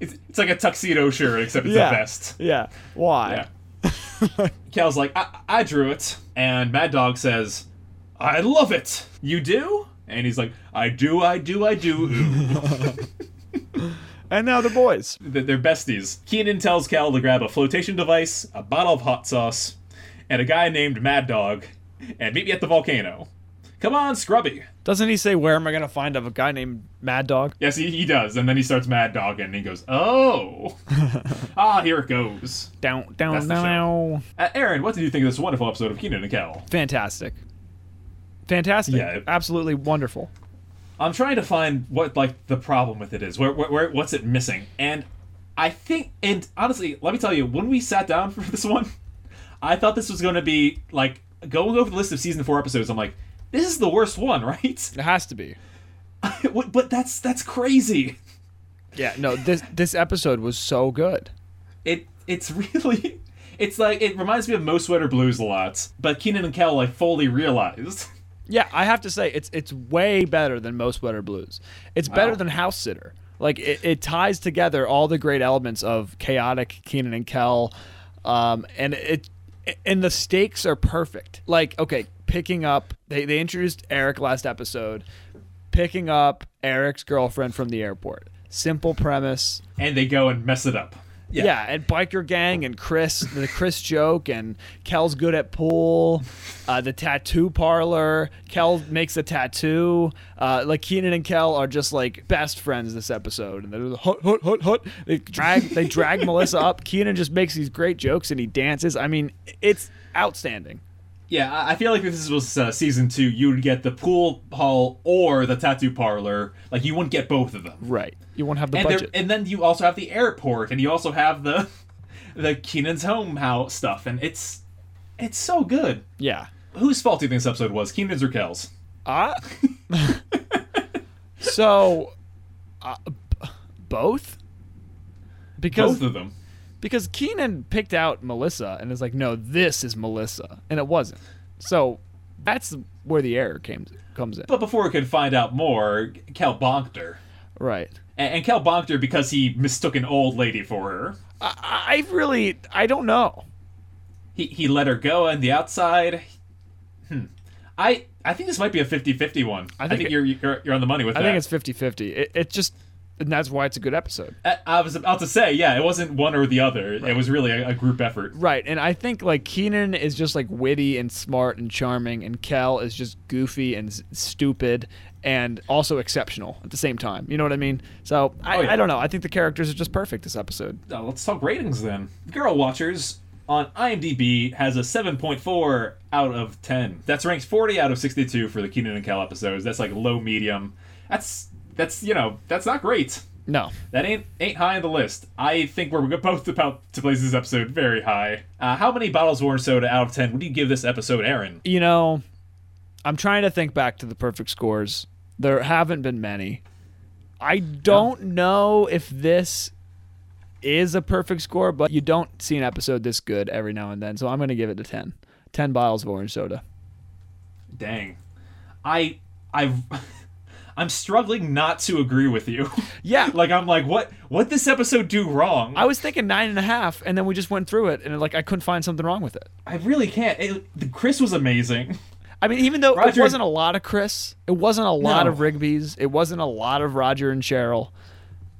[SPEAKER 4] It's, it's like a tuxedo shirt, except it's
[SPEAKER 3] yeah.
[SPEAKER 4] a vest.
[SPEAKER 3] Yeah. Why?
[SPEAKER 4] Yeah. Cal's like, I, I drew it. And Mad Dog says, I love it. You do? And he's like, I do, I do, I do. Ooh.
[SPEAKER 3] And now the boys.
[SPEAKER 4] Th- They're besties. Keenan tells Cal to grab a flotation device, a bottle of hot sauce, and a guy named Mad Dog, and meet me at the volcano. Come on, Scrubby.
[SPEAKER 3] Doesn't he say where am I gonna find a guy named Mad Dog?
[SPEAKER 4] Yes, he, he does. And then he starts Mad Dogging, and he goes, Oh. ah, here it goes.
[SPEAKER 3] Down, down,
[SPEAKER 4] That's the
[SPEAKER 3] down.
[SPEAKER 4] Uh, Aaron, what did you think of this wonderful episode of Keenan and Cal?
[SPEAKER 3] Fantastic. fantastic.
[SPEAKER 4] Yeah.
[SPEAKER 3] Absolutely wonderful.
[SPEAKER 4] I'm trying to find what like the problem with it is. Where, where, where what's it missing? And I think and honestly, let me tell you, when we sat down for this one, I thought this was going to be like going over the list of season 4 episodes. I'm like, this is the worst one, right?
[SPEAKER 3] It has to be.
[SPEAKER 4] What- but that's that's crazy.
[SPEAKER 3] Yeah, no, this this episode was so good.
[SPEAKER 4] It it's really it's like it reminds me of Mo Sweater Blues a lot, but Keenan and Kel like fully realized.
[SPEAKER 3] Yeah, I have to say it's it's way better than most Wetter Blues. It's better than House Sitter. Like it, it ties together all the great elements of chaotic Keenan and Kel, um, and it and the stakes are perfect. Like okay, picking up they they introduced Eric last episode, picking up Eric's girlfriend from the airport. Simple premise.
[SPEAKER 4] And they go and mess it up.
[SPEAKER 3] Yeah. and biker gang and Chris, the Chris joke, and Kel's good at pool, uh, the tattoo parlor. Kel makes a tattoo. Uh, like Keenan and Kel are just like best friends this episode, and they're hut hut hut hut. They drag they drag Melissa up. Keenan just makes these great jokes and he dances. I mean, it's outstanding.
[SPEAKER 4] Yeah, I- I feel like if this was uh, season two, you would get the pool hall or the tattoo parlor. Like you wouldn't get both of them.
[SPEAKER 3] Right, you won't have the
[SPEAKER 4] And there,
[SPEAKER 3] budget.
[SPEAKER 4] and then you also have the airport, and you also have the the Keenan's home house stuff, and it's it's so good.
[SPEAKER 3] yeah,
[SPEAKER 4] Whose fault do you think this episode was? Keenan's or Kel's?
[SPEAKER 3] Ah. so, uh, b- both. Because
[SPEAKER 4] Both of them.
[SPEAKER 3] because Keenan picked out Melissa and is like, no, this is Melissa, and it wasn't. So that's where the error came comes in.
[SPEAKER 4] But before we could find out more, Kel bonked her,
[SPEAKER 3] Right.
[SPEAKER 4] and, and Kel bonked her because he mistook an old lady for her.
[SPEAKER 3] I I really I don't know.
[SPEAKER 4] he, he let her go on the outside. Hmm. I I think this might be a 50-50 one. I think,
[SPEAKER 3] think it-
[SPEAKER 4] you're, you're you're on the money with
[SPEAKER 3] I
[SPEAKER 4] that.
[SPEAKER 3] think it's 50-50. It, it just and that's why it's a good episode.
[SPEAKER 4] I, Uh, I was about to say, yeah, it wasn't one or the other. It was really a, a group effort.
[SPEAKER 3] Right. And I think like Keenan is just like witty and smart and charming and Kel is just goofy and s- stupid and also exceptional at the same time. You know what I mean? So I,
[SPEAKER 4] Oh, yeah.
[SPEAKER 3] I don't know. I think the characters are just perfect this episode.
[SPEAKER 4] Uh, let's talk ratings then. Girl Watchers on IMDb has a 7.4 out of 10. That's ranks 40 out of 62 for the Keenan and Kel episodes. That's like low medium. That's that's you know, that's not great.
[SPEAKER 3] No.
[SPEAKER 4] That ain't ain't high on the list. I think we're both about to place this episode very high. Uh, how many bottles of orange soda out of ten would you give this episode, Aaron?
[SPEAKER 3] you know, I'm trying to think back to the perfect scores. There haven't been many. I don't know if this is a perfect score, but you don't see an episode this good every now and then. So I'm going to give it a 10. 10 bottles of orange soda.
[SPEAKER 4] Dang, I I I'm struggling not to agree with you.
[SPEAKER 3] Yeah.
[SPEAKER 4] like I'm like what what this episode do wrong?
[SPEAKER 3] I was thinking nine and a half, and then we just went through it, and like I couldn't find something wrong with it.
[SPEAKER 4] I really can't. It, the Chris was amazing.
[SPEAKER 3] I mean, even though
[SPEAKER 4] Roger-
[SPEAKER 3] it wasn't a lot of Chris, it wasn't a lot
[SPEAKER 4] No.
[SPEAKER 3] of Rigby's, it wasn't a lot of Roger and Cheryl.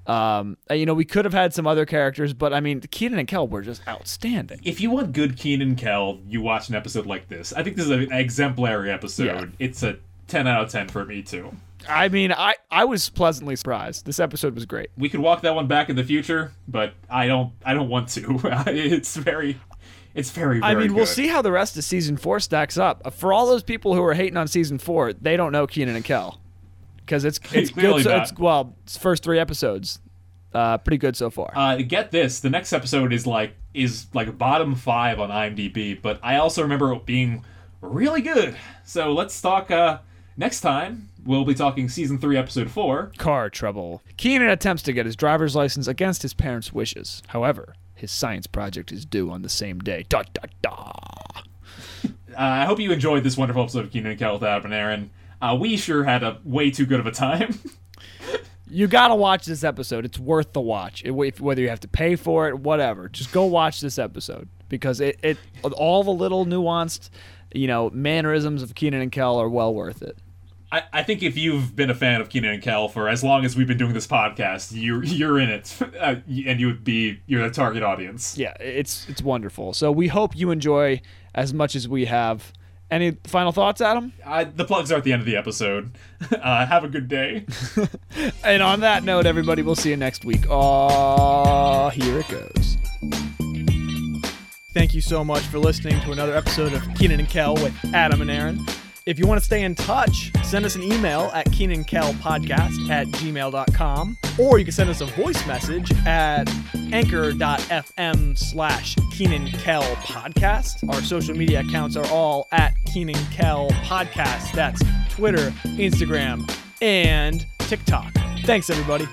[SPEAKER 3] Um, you know, we could have had some other characters, but I mean, Keenan and Kel were just outstanding.
[SPEAKER 4] If you want good Keenan Kel, you watch an episode like this. I think this is an exemplary episode.
[SPEAKER 3] Yeah.
[SPEAKER 4] It's a ten out of ten for me too.
[SPEAKER 3] I mean, I, I was pleasantly surprised. This episode was great.
[SPEAKER 4] we could walk that one back in the future, but I don't. I don't want to. it's very, it's very. very
[SPEAKER 3] I mean, we'll
[SPEAKER 4] good.
[SPEAKER 3] see how the rest of season four stacks up. Uh, For all those people who are hating on season four, they don't know Keenan and Kel because it's it's
[SPEAKER 4] Clearly
[SPEAKER 3] good. So
[SPEAKER 4] not.
[SPEAKER 3] it's well, it's first three episodes, uh, pretty good so far.
[SPEAKER 4] Uh, get this: the next episode is like is like bottom five on IMDb, but I also remember it being really good. So let's talk. Uh, next time we'll be talking season three, episode four.
[SPEAKER 3] Car trouble. Keenan attempts to get his driver's license against his parents' wishes. However, his science project is due on the same day. Dot dot dot.
[SPEAKER 4] Uh, I hope you enjoyed this wonderful episode of Keenan and Kel with Adam and Aaron. Uh, we sure had a way too good of a time.
[SPEAKER 3] You gotta watch this episode. It's worth the watch. It, if, whether you have to pay for it, whatever, just go watch this episode because it, it all the little nuanced, you know, mannerisms of Keenan and Kel are well worth it.
[SPEAKER 4] I, I think if you've been a fan of Keenan and Kel for as long as we've been doing this podcast, you're you're in it, uh, and you would be you're the target audience.
[SPEAKER 3] Yeah, it's it's wonderful. So we hope you enjoy as much as we have. Any final thoughts, Adam?
[SPEAKER 4] I, the plugs are at the end of the episode. Uh, have a good day.
[SPEAKER 3] And on that note, everybody, we'll see you next week. Oh, here it goes. Thank you so much for listening to another episode of Keenan and Kel with Adam and Aaron. If you want to stay in touch, send us an email at keenancalpodcast at gmail.com, or you can send us a voice message at anchor.fm slash keenancalpodcast. Our social media accounts are all at keenancalpodcast. That's Twitter, Instagram, and TikTok. Thanks, everybody.